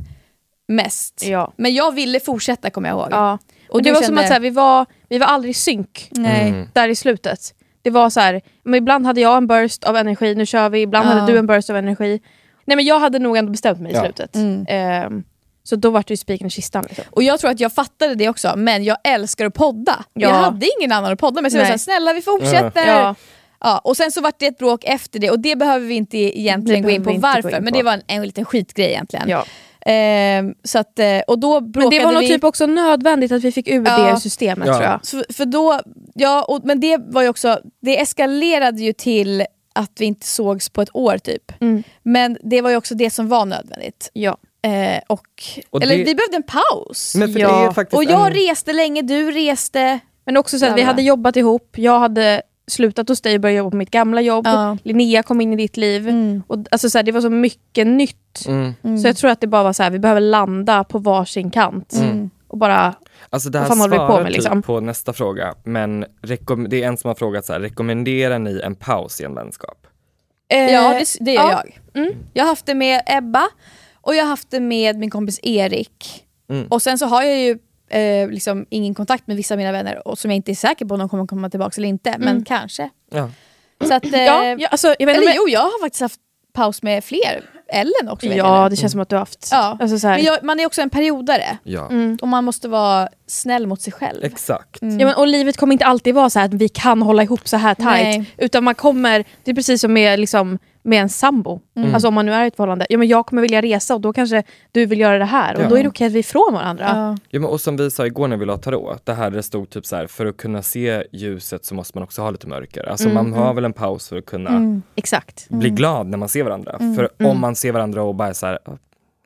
[SPEAKER 3] mest.
[SPEAKER 1] Ja.
[SPEAKER 3] Men jag ville fortsätta kommer jag ihåg.
[SPEAKER 1] Ja.
[SPEAKER 3] du
[SPEAKER 1] Och det var som
[SPEAKER 3] kände-
[SPEAKER 1] att så här, vi, var, vi var aldrig i synk
[SPEAKER 3] Nej.
[SPEAKER 5] Mm.
[SPEAKER 1] där i slutet. Det var så här, men ibland hade jag en burst av energi, nu kör vi. Ibland hade du en burst av energi. Nej men jag hade nog ändå bestämt mig i
[SPEAKER 5] Ja.
[SPEAKER 1] slutet.
[SPEAKER 3] Mm.
[SPEAKER 1] Ehm, så då var det ju spiken i kistan. Liksom.
[SPEAKER 3] Och jag tror att jag fattade det också, men jag älskar att podda. Jag
[SPEAKER 1] Ja.
[SPEAKER 3] hade ingen annan att podda med, så jag var
[SPEAKER 1] Nej.
[SPEAKER 3] såhär, snälla vi fortsätter. Ja.
[SPEAKER 1] Ja.
[SPEAKER 3] och sen så vart det ett bråk efter det och det behöver vi inte egentligen
[SPEAKER 1] Det
[SPEAKER 3] gå in
[SPEAKER 1] behöver
[SPEAKER 3] på
[SPEAKER 1] vi inte gå
[SPEAKER 3] varför,
[SPEAKER 1] in
[SPEAKER 3] men
[SPEAKER 1] på.
[SPEAKER 3] det var en, en liten skitgrej egentligen.
[SPEAKER 1] Ja.
[SPEAKER 3] Ehm, så att, eh, och då
[SPEAKER 1] Men
[SPEAKER 3] bråkade
[SPEAKER 1] det var nog
[SPEAKER 3] vi.
[SPEAKER 1] typ också nödvändigt att vi fick ur
[SPEAKER 3] Ja.
[SPEAKER 1] det systemet
[SPEAKER 5] Ja.
[SPEAKER 1] tror jag.
[SPEAKER 3] Så, för då, ja, och, men det var ju också, det eskalerade ju till att vi inte sågs på ett år typ.
[SPEAKER 1] Mm.
[SPEAKER 3] Men det var ju också det som var nödvändigt.
[SPEAKER 1] Ja.
[SPEAKER 3] Eh, och,
[SPEAKER 5] Och
[SPEAKER 3] eller
[SPEAKER 5] det-
[SPEAKER 3] vi behövde en paus.
[SPEAKER 5] Men för det
[SPEAKER 1] Ja.
[SPEAKER 5] är faktiskt
[SPEAKER 3] Och jag
[SPEAKER 5] en...
[SPEAKER 3] reste länge, du reste.
[SPEAKER 1] Men också så att vi
[SPEAKER 3] Jävlar.
[SPEAKER 1] hade jobbat ihop, jag hade slutat hos dig och börjat jobba på mitt gamla jobb.
[SPEAKER 3] Ja. Mm.
[SPEAKER 1] Linnea kom in i ditt liv. Och, alltså, så här, det var så mycket nytt.
[SPEAKER 5] Mm.
[SPEAKER 1] Så jag tror att det bara var så här, vi behöver landa på varsin kant.
[SPEAKER 3] Mm.
[SPEAKER 1] Och bara,
[SPEAKER 5] Alltså det
[SPEAKER 1] Vad
[SPEAKER 5] här
[SPEAKER 1] fan håller vi på
[SPEAKER 5] svarar
[SPEAKER 1] med, liksom?
[SPEAKER 5] typ på nästa fråga, men rekom... det är en som har frågat så här, rekommenderar ni en paus i en vänskap?
[SPEAKER 1] Eh,
[SPEAKER 3] Eh, ja, det, det gör
[SPEAKER 1] ja.
[SPEAKER 3] jag. Jag har haft det med Ebba och jag har haft det med min kompis Erik. Och sen så har jag ju eh, liksom ingen kontakt med vissa av mina vänner och som jag inte är säker på om de kommer komma tillbaka eller inte, men kanske.
[SPEAKER 5] Ja.
[SPEAKER 3] Så att, eh,
[SPEAKER 1] ja, ja, alltså, jag vet,
[SPEAKER 3] Mm. Eller
[SPEAKER 1] men,
[SPEAKER 3] jo, jag har faktiskt haft paus med fler. Ellen också. vet jag
[SPEAKER 1] ja,
[SPEAKER 3] nu.
[SPEAKER 1] det känns som att du har haft.
[SPEAKER 3] ja.
[SPEAKER 1] Alltså, så här,
[SPEAKER 3] Men jag, man är också en periodare.
[SPEAKER 5] Ja,
[SPEAKER 1] Mm.
[SPEAKER 3] Och man måste vara snäll mot sig själv.
[SPEAKER 5] exakt.
[SPEAKER 1] ja, men, och livet kommer inte alltid vara så här att vi kan hålla ihop så här tajt.
[SPEAKER 3] Nej.
[SPEAKER 1] Utan man kommer, det är precis som med, liksom, med en sambo. Alltså om man nu är i ett förhållande. Ja, men jag kommer vilja resa och då kanske du vill göra det här. Och
[SPEAKER 5] Ja.
[SPEAKER 1] då är det okej att vi är ifrån varandra.
[SPEAKER 5] Ja, men och som vi sa igår när vi la tarot, det här det stod typ så här, för att kunna se ljuset så måste man också ha lite mörker. Alltså
[SPEAKER 1] Mm,
[SPEAKER 5] man har väl en paus för att kunna
[SPEAKER 1] Exakt.
[SPEAKER 5] bli glad när man ser varandra. För om man ser varandra och bara är så här,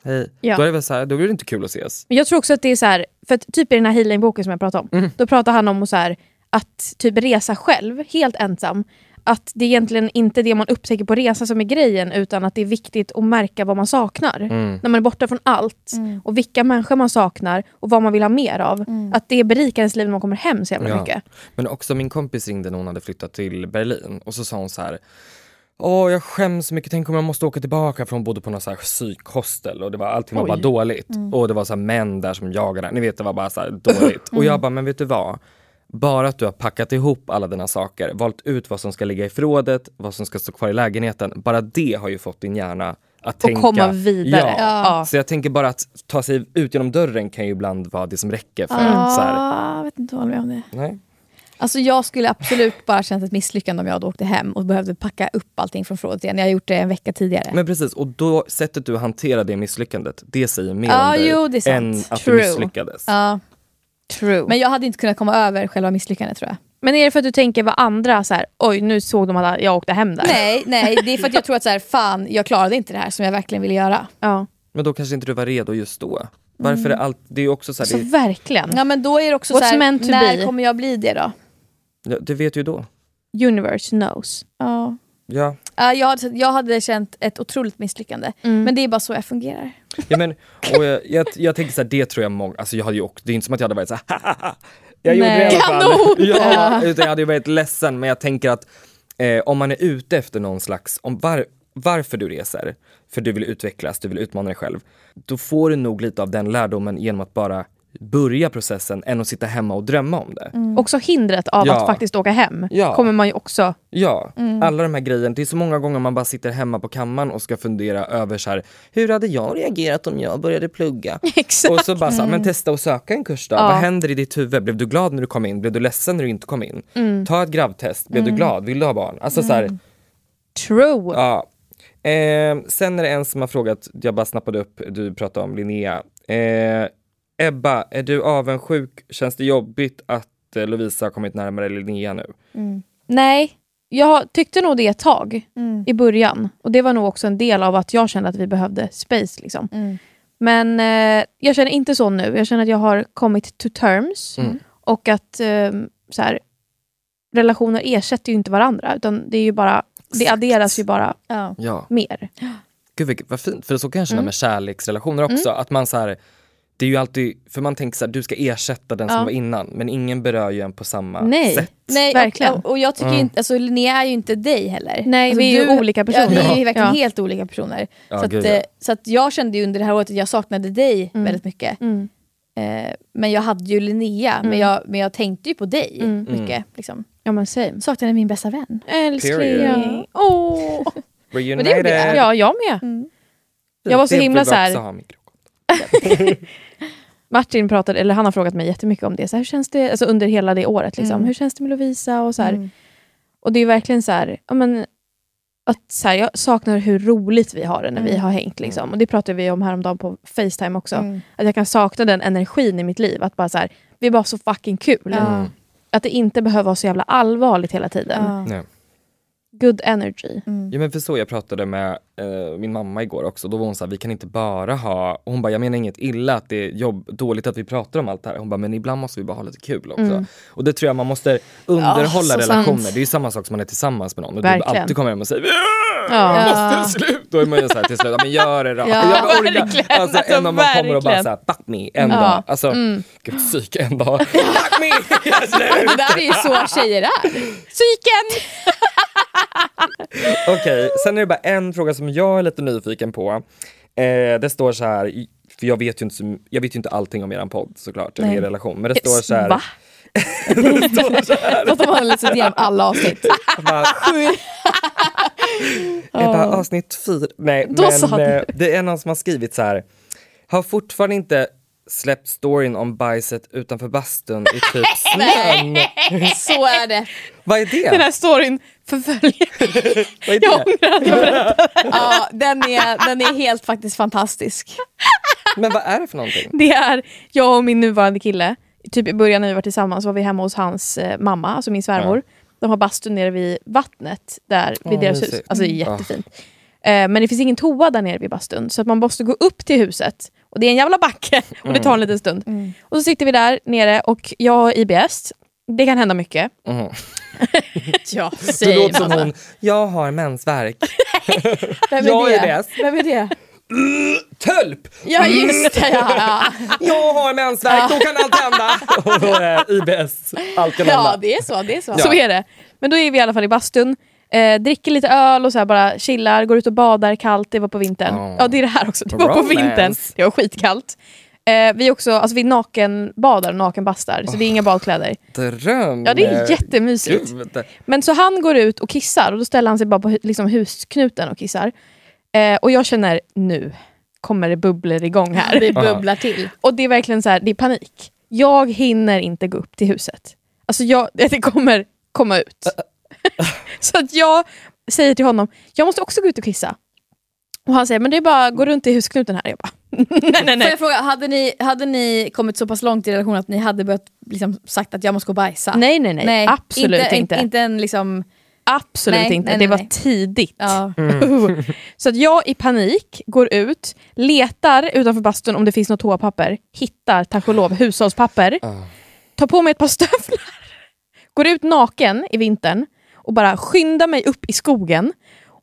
[SPEAKER 5] hej,
[SPEAKER 1] Mm, Ja.
[SPEAKER 5] då är det väl så här, då blir det inte kul att ses.
[SPEAKER 1] Men jag tror också att det är så här, för att typ i den här healingboken som jag pratade om,
[SPEAKER 5] Mm.
[SPEAKER 1] då pratar han om så här, att typ resa själv, helt ensam. Att det är egentligen inte det man upptäcker på resan som är grejen, utan att det är viktigt att märka vad man saknar.
[SPEAKER 5] Mm.
[SPEAKER 1] När man är borta från allt,
[SPEAKER 3] Mm.
[SPEAKER 1] och vilka människor man saknar och vad man vill ha mer av. Att det berikar ens liv när man kommer hem så jävla
[SPEAKER 5] Ja.
[SPEAKER 1] mycket.
[SPEAKER 5] Men också min kompis ringde när hon hade flyttat till Berlin och så sa hon så här Åh, jag skäms så mycket. Tänk om jag måste åka tillbaka för hon bodde på något så här psykhostel och det var, allting var bara dåligt.
[SPEAKER 1] Mm.
[SPEAKER 5] Och det var så här män där som jagade Ni vet, det var bara så här dåligt.
[SPEAKER 1] Mm.
[SPEAKER 5] Och jag bara, men vet du vad? Bara att du har packat ihop alla dina saker, valt ut vad som ska ligga i förrådet, vad som ska stå kvar i lägenheten. Bara det har ju fått din hjärna att och tänka.
[SPEAKER 1] komma vidare.
[SPEAKER 5] Ja.
[SPEAKER 1] Ja.
[SPEAKER 5] Så jag tänker bara att ta sig ut genom dörren kan ju ibland vara det som räcker för att Mm. så här,
[SPEAKER 3] Ah, jag vet inte vad jag håller med om det.
[SPEAKER 5] nej.
[SPEAKER 3] Alltså jag skulle absolut bara känt ett misslyckande om jag hade åkt hem och behövde packa upp allting från förrådet igen. Jag har gjort det en vecka tidigare.
[SPEAKER 5] Men precis, och då sättet du hanterar det misslyckandet, det säger mer
[SPEAKER 3] Ja,
[SPEAKER 5] om dig
[SPEAKER 3] jo, det är sant.
[SPEAKER 5] än att
[SPEAKER 3] True.
[SPEAKER 5] du misslyckades.
[SPEAKER 3] Ja.
[SPEAKER 1] True.
[SPEAKER 3] Men jag hade inte kunnat komma över själva misslyckandet tror jag.
[SPEAKER 1] Men är det för att du tänker vad andra, så här, oj nu såg de alla, jag åkte hem där.
[SPEAKER 3] Nej, nej, det är för att jag tror att så här, fan, jag klarade inte det här som jag verkligen ville göra.
[SPEAKER 1] Ja.
[SPEAKER 5] Men då kanske inte du var redo just då. Varför
[SPEAKER 3] Mm.
[SPEAKER 5] är allt, det är ju också så här,
[SPEAKER 1] Så verkligen.
[SPEAKER 3] Ja men då är det också
[SPEAKER 1] What's
[SPEAKER 3] så här,
[SPEAKER 1] meant to
[SPEAKER 3] när
[SPEAKER 1] be?
[SPEAKER 3] kommer jag bli det då?
[SPEAKER 5] det, ja, det vet du ju då.
[SPEAKER 1] Universe knows.
[SPEAKER 3] Ja.
[SPEAKER 5] Ja.
[SPEAKER 3] Ja, jag, hade, jag hade känt ett otroligt misslyckande.
[SPEAKER 1] Mm.
[SPEAKER 3] Men det är bara så jag fungerar.
[SPEAKER 5] Ja, men, och jag, jag, jag tänker så här, det tror jag många, alltså jag hade ju också, det är inte som att jag hade varit så här, "Hahaha, jag gjorde det i alla fall. Ja, utan jag hade ju varit ledsen, men jag tänker att eh, om man är ute efter någon slags, om var, varför du reser, för du vill utvecklas, du vill utmana dig själv, då får du nog lite av den lärdomen genom att bara börja processen än att sitta hemma och drömma om det.
[SPEAKER 1] Mm. Också hindret av
[SPEAKER 5] Ja.
[SPEAKER 1] att faktiskt åka hem
[SPEAKER 5] Ja.
[SPEAKER 1] kommer man ju också...
[SPEAKER 5] Ja, alla de här grejerna. Det är så många gånger man bara sitter hemma på kammaren och ska fundera över så här, hur hade jag reagerat om jag började plugga?
[SPEAKER 1] Exakt.
[SPEAKER 5] Och så bara så här, men testa att söka en kurs då. Vad händer i ditt huvud? Blev du glad när du kom in? Blev du ledsen när du inte kom in? Ta ett grabbtest. Blev du glad? Vill du ha barn? Alltså så här,
[SPEAKER 1] True.
[SPEAKER 5] ja. Ehm, Eh, sen är det en som har frågat, jag bara snappade upp, du pratade om Linnea. Eh, Ebba, är du avundsjuk? Känns det jobbigt att eh, Lovisa har kommit närmare Linnea nu?
[SPEAKER 1] Nej, jag tyckte nog det ett tag
[SPEAKER 3] Mm.
[SPEAKER 1] i början. Och Det var nog också en del av att jag kände att vi behövde space. Liksom.
[SPEAKER 3] Mm.
[SPEAKER 1] Men eh, jag känner inte så nu. Jag känner att jag har kommit to terms.
[SPEAKER 5] Mm.
[SPEAKER 1] Och att eh, så här, relationer ersätter ju inte varandra. Utan det, är ju bara, det adderas ju bara
[SPEAKER 3] Ja.
[SPEAKER 5] Ja.
[SPEAKER 1] mer.
[SPEAKER 5] Gud vilket, vad fint, för så kan jag
[SPEAKER 1] Mm.
[SPEAKER 5] känna med kärleksrelationer också. Att man så här, det är ju alltid, för man tänker så här, du ska ersätta den som
[SPEAKER 1] Ja.
[SPEAKER 5] var innan. Men ingen berör ju en på samma
[SPEAKER 1] Nej.
[SPEAKER 5] sätt. Mm.
[SPEAKER 3] Nej,
[SPEAKER 1] Verkligen.
[SPEAKER 3] Och, och jag tycker ju inte, alltså Linnea är ju inte dig heller.
[SPEAKER 1] Nej,
[SPEAKER 3] alltså,
[SPEAKER 1] vi är ju olika
[SPEAKER 3] Ja, vi är ju
[SPEAKER 1] personer.
[SPEAKER 3] verkligen
[SPEAKER 1] Ja.
[SPEAKER 3] helt olika personer.
[SPEAKER 5] Ja,
[SPEAKER 3] så, att,
[SPEAKER 5] gud,
[SPEAKER 3] eh,
[SPEAKER 5] ja.
[SPEAKER 3] så att jag kände ju under det här året att jag saknade dig väldigt mycket.
[SPEAKER 1] Mm.
[SPEAKER 3] Eh, men jag hade ju Linnea, men, jag, men jag tänkte ju på dig
[SPEAKER 1] Mm.
[SPEAKER 5] Mm.
[SPEAKER 3] mycket. Liksom.
[SPEAKER 1] Ja, men same.
[SPEAKER 3] Saknade min bästa vän.
[SPEAKER 5] Period.
[SPEAKER 1] Älskling.
[SPEAKER 3] [laughs]
[SPEAKER 1] Åh.
[SPEAKER 5] Reunited.
[SPEAKER 1] Men det gjorde jag. Ja, jag med.
[SPEAKER 3] Mm.
[SPEAKER 1] jag var så
[SPEAKER 5] Det
[SPEAKER 1] himla
[SPEAKER 5] vill vi
[SPEAKER 1] så här-
[SPEAKER 5] också ha, Mikro.
[SPEAKER 1] Martin pratade, eller han har frågat mig jättemycket om det. Så här, hur känns det alltså under hela det året?
[SPEAKER 3] Mm.
[SPEAKER 1] Liksom. Hur känns det med Lovisa? Och, så här. och det är verkligen så här, ja, men, att, så här, jag saknar hur roligt vi har det när vi har hängt. Liksom. Och det pratade vi om häromdagen på Facetime också.
[SPEAKER 3] Mm.
[SPEAKER 1] Att jag kan sakna den energin i mitt liv. Att bara så här, vi är bara så fucking kul.
[SPEAKER 5] Mm.
[SPEAKER 1] Att det inte behöver vara så jävla allvarligt hela tiden.
[SPEAKER 5] Nej.
[SPEAKER 1] Good energy.
[SPEAKER 5] Ja men för så jag pratade med eh, min mamma igår också, då var hon såhär, vi kan inte bara ha, och hon bara, jag menar inget illa att det är jobb, dåligt att vi pratar om allt det här, hon bara, men ibland måste vi bara ha lite kul också. Och det tror jag man måste underhålla
[SPEAKER 1] Mm. så
[SPEAKER 5] relationer,
[SPEAKER 1] sant.
[SPEAKER 5] det är ju samma sak som man är tillsammans med någon och du
[SPEAKER 1] Verkligen.
[SPEAKER 5] alltid kommer hem och säger
[SPEAKER 1] Ja.
[SPEAKER 5] "Ja, måste det slut? Då är man ju såhär till slut, "Ja, men gör det då.
[SPEAKER 1] Ja,
[SPEAKER 5] jag orkar.
[SPEAKER 1] verkligen.
[SPEAKER 5] Alltså,
[SPEAKER 1] Alltså,
[SPEAKER 5] än om man kommer och bara
[SPEAKER 1] verkligen.
[SPEAKER 5] såhär, fuck me, en
[SPEAKER 1] Ja. Mm.
[SPEAKER 5] dag. Alltså, gud psyk, en
[SPEAKER 1] [laughs]
[SPEAKER 5] dag. fuck me! [laughs] Alltså, Jag är slut.
[SPEAKER 3] Det där är ju så tjejer är.
[SPEAKER 1] Psyken!
[SPEAKER 5] Okej, sen är det bara en fråga som jag är lite nyfiken på. Eh, det står så här, för jag vet ju inte, så- jag vet ju inte allting om eran podd såklart, eller er relation. Men det står så här,
[SPEAKER 1] Va?
[SPEAKER 3] Fast de har liksom igenom alla
[SPEAKER 1] [laughs]
[SPEAKER 3] avsnitt.
[SPEAKER 5] bara, Jag bara, avsnitt fyra. Nej,
[SPEAKER 1] Då sa
[SPEAKER 5] men
[SPEAKER 1] du.
[SPEAKER 5] eh, det är någon som har skrivit så här, har fortfarande inte släppt storyn om bajset utanför bastun i typ snön.
[SPEAKER 3] Så är det.
[SPEAKER 5] Vad är
[SPEAKER 1] Den här
[SPEAKER 5] det?
[SPEAKER 1] storyn förföljer
[SPEAKER 5] Vad är
[SPEAKER 1] Jag
[SPEAKER 5] det?
[SPEAKER 1] ångrar att jag berättade.
[SPEAKER 3] Ja, den, [laughs] är, den är helt faktiskt fantastisk.
[SPEAKER 5] Men vad är det för någonting?
[SPEAKER 1] Det är jag och min nuvarande kille. Typ i början när vi var tillsammans var vi hemma hos hans eh, mamma, alltså min svärmor. De har bastu nere vid vattnet där vid
[SPEAKER 5] Åh,
[SPEAKER 1] deras hus.
[SPEAKER 5] mysigt.
[SPEAKER 1] Alltså det är
[SPEAKER 5] Mm.
[SPEAKER 1] jättefint. Eh, men det finns ingen toa där nere vid bastun så att man måste gå upp till huset. Och det är en jävla backe [laughs] och det tar
[SPEAKER 5] Mm.
[SPEAKER 1] en liten stund.
[SPEAKER 3] Mm.
[SPEAKER 1] Och så sitter vi där nere och jag har IBS. Det kan hända mycket. [laughs]
[SPEAKER 3] Ja,
[SPEAKER 5] Mm. Du låter
[SPEAKER 6] alltså.
[SPEAKER 5] som hon, jag har mensvärk. [laughs] Jag är bäst.
[SPEAKER 3] Vem är det?
[SPEAKER 5] Tölp!
[SPEAKER 3] Ja, just det.
[SPEAKER 5] Mm.
[SPEAKER 3] Ja, ja.
[SPEAKER 5] Jag har mensvärk, då kan allt hända! [laughs] Och då är IBS, allt kan
[SPEAKER 3] ja
[SPEAKER 5] hända.
[SPEAKER 3] det är så. Det är så.
[SPEAKER 1] Så är det. Men då är vi i alla fall i bastun, eh, dricker lite öl och så här bara chillar, går ut och badar kallt, det var på vintern.
[SPEAKER 5] Oh.
[SPEAKER 1] Ja det är det här också, det var
[SPEAKER 5] Romance.
[SPEAKER 1] på vintern. Det var skitkallt. Eh, vi är också, alltså vi nakenbadar och nakenbastar, så det är inga badkläder.
[SPEAKER 5] Dröm!
[SPEAKER 1] Ja det är jättemysigt.
[SPEAKER 5] Gud.
[SPEAKER 1] Men så han går ut och kissar och då ställer han sig bara på hu- liksom, husknuten och kissar. Eh, och jag känner, nu kommer det bubblor igång här.
[SPEAKER 3] Det bubblar till.
[SPEAKER 1] Och det är verkligen så här, det är panik. Jag hinner inte gå upp till huset. Alltså jag, [laughs] det kommer komma ut. [laughs] så att jag säger till honom, jag måste också gå ut och kissa. Och han säger, men det är bara gå runt i husknuten här. Jag bara, [laughs]
[SPEAKER 3] [laughs] Får
[SPEAKER 1] nej nej nej.
[SPEAKER 3] jag fråga, hade ni, hade ni kommit så pass långt i relationen att ni hade börjat liksom, sagt att jag måste gå och bajsa?
[SPEAKER 1] Nej nej nej, absolut inte.
[SPEAKER 3] Inte, inte en liksom...
[SPEAKER 1] Absolut
[SPEAKER 3] Nej,
[SPEAKER 1] inte,
[SPEAKER 3] nej,
[SPEAKER 1] det
[SPEAKER 3] nej,
[SPEAKER 1] var
[SPEAKER 3] nej.
[SPEAKER 1] tidigt.
[SPEAKER 3] Ja.
[SPEAKER 1] Mm. [laughs] Så att jag i panik går ut, letar utanför bastun om det finns något toapapper, hittar tack och lov hushållspapper,
[SPEAKER 5] Ah.
[SPEAKER 1] tar på mig ett par stövlar, [laughs] går ut naken i vintern och bara skyndar mig upp i skogen.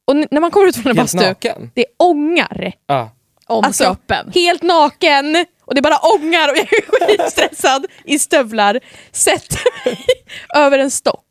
[SPEAKER 1] Och n- när man kommer ut från en
[SPEAKER 5] Helt
[SPEAKER 1] bastu,
[SPEAKER 5] naken?
[SPEAKER 1] det ångar.
[SPEAKER 5] Ja.
[SPEAKER 3] Om
[SPEAKER 1] Alltså,
[SPEAKER 3] kroppen.
[SPEAKER 1] Helt naken och det bara ångar och jag är [laughs] skitstressad i stövlar. Sätter mig [laughs] över en stock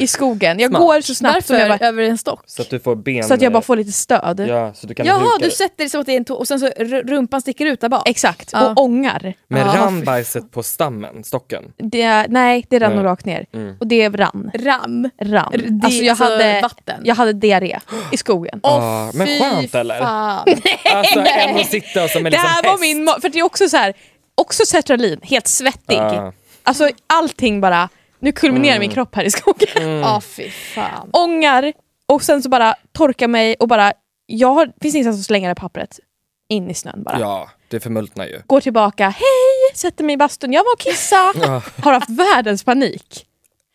[SPEAKER 1] i skogen. Jag
[SPEAKER 5] Smart.
[SPEAKER 1] går så snabbt som jag
[SPEAKER 3] Varför?
[SPEAKER 1] bara
[SPEAKER 3] Över en stock?
[SPEAKER 5] Så att du får ben...
[SPEAKER 1] så att jag bara får lite stöd.
[SPEAKER 5] Ja, så du kan
[SPEAKER 3] Jaha,
[SPEAKER 5] huka
[SPEAKER 3] du
[SPEAKER 5] dig.
[SPEAKER 3] sätter det som att det är en tå och sen så r- rumpan sticker ut där bak?
[SPEAKER 1] Exakt,
[SPEAKER 3] Ja.
[SPEAKER 1] och ångar.
[SPEAKER 5] Men
[SPEAKER 3] Ja,
[SPEAKER 5] rann
[SPEAKER 3] fy-
[SPEAKER 5] bajset på stammen, stocken?
[SPEAKER 1] Det, nej, det rann
[SPEAKER 5] Nej. Mm.
[SPEAKER 1] nog rakt ner. Och det rann.
[SPEAKER 3] Ram.
[SPEAKER 1] rann.
[SPEAKER 3] R- det-
[SPEAKER 1] alltså jag,
[SPEAKER 3] alltså
[SPEAKER 1] hade,
[SPEAKER 3] vatten.
[SPEAKER 1] jag hade diarré i skogen.
[SPEAKER 5] Ja, Ah, men
[SPEAKER 3] fy
[SPEAKER 5] skönt eller?
[SPEAKER 3] Fan.
[SPEAKER 5] Alltså än att sitta som en
[SPEAKER 1] det
[SPEAKER 5] liksom
[SPEAKER 1] här var
[SPEAKER 5] häst.
[SPEAKER 1] min... ma- För det är också så här, också sertralin, helt svettig.
[SPEAKER 5] Ah.
[SPEAKER 1] Alltså allting bara, nu kulminerar
[SPEAKER 5] Mm.
[SPEAKER 1] min kropp här i skogen.
[SPEAKER 3] Ja, fy fan.
[SPEAKER 1] [laughs] Ångar och sen så bara torka mig och bara, jag har, finns ingenstans att slänga det pappret. In i snön bara.
[SPEAKER 5] Ja, det förmultnar ju.
[SPEAKER 6] Går tillbaka, hej, sätter mig i bastun, jag var och kissa. Har haft världens panik.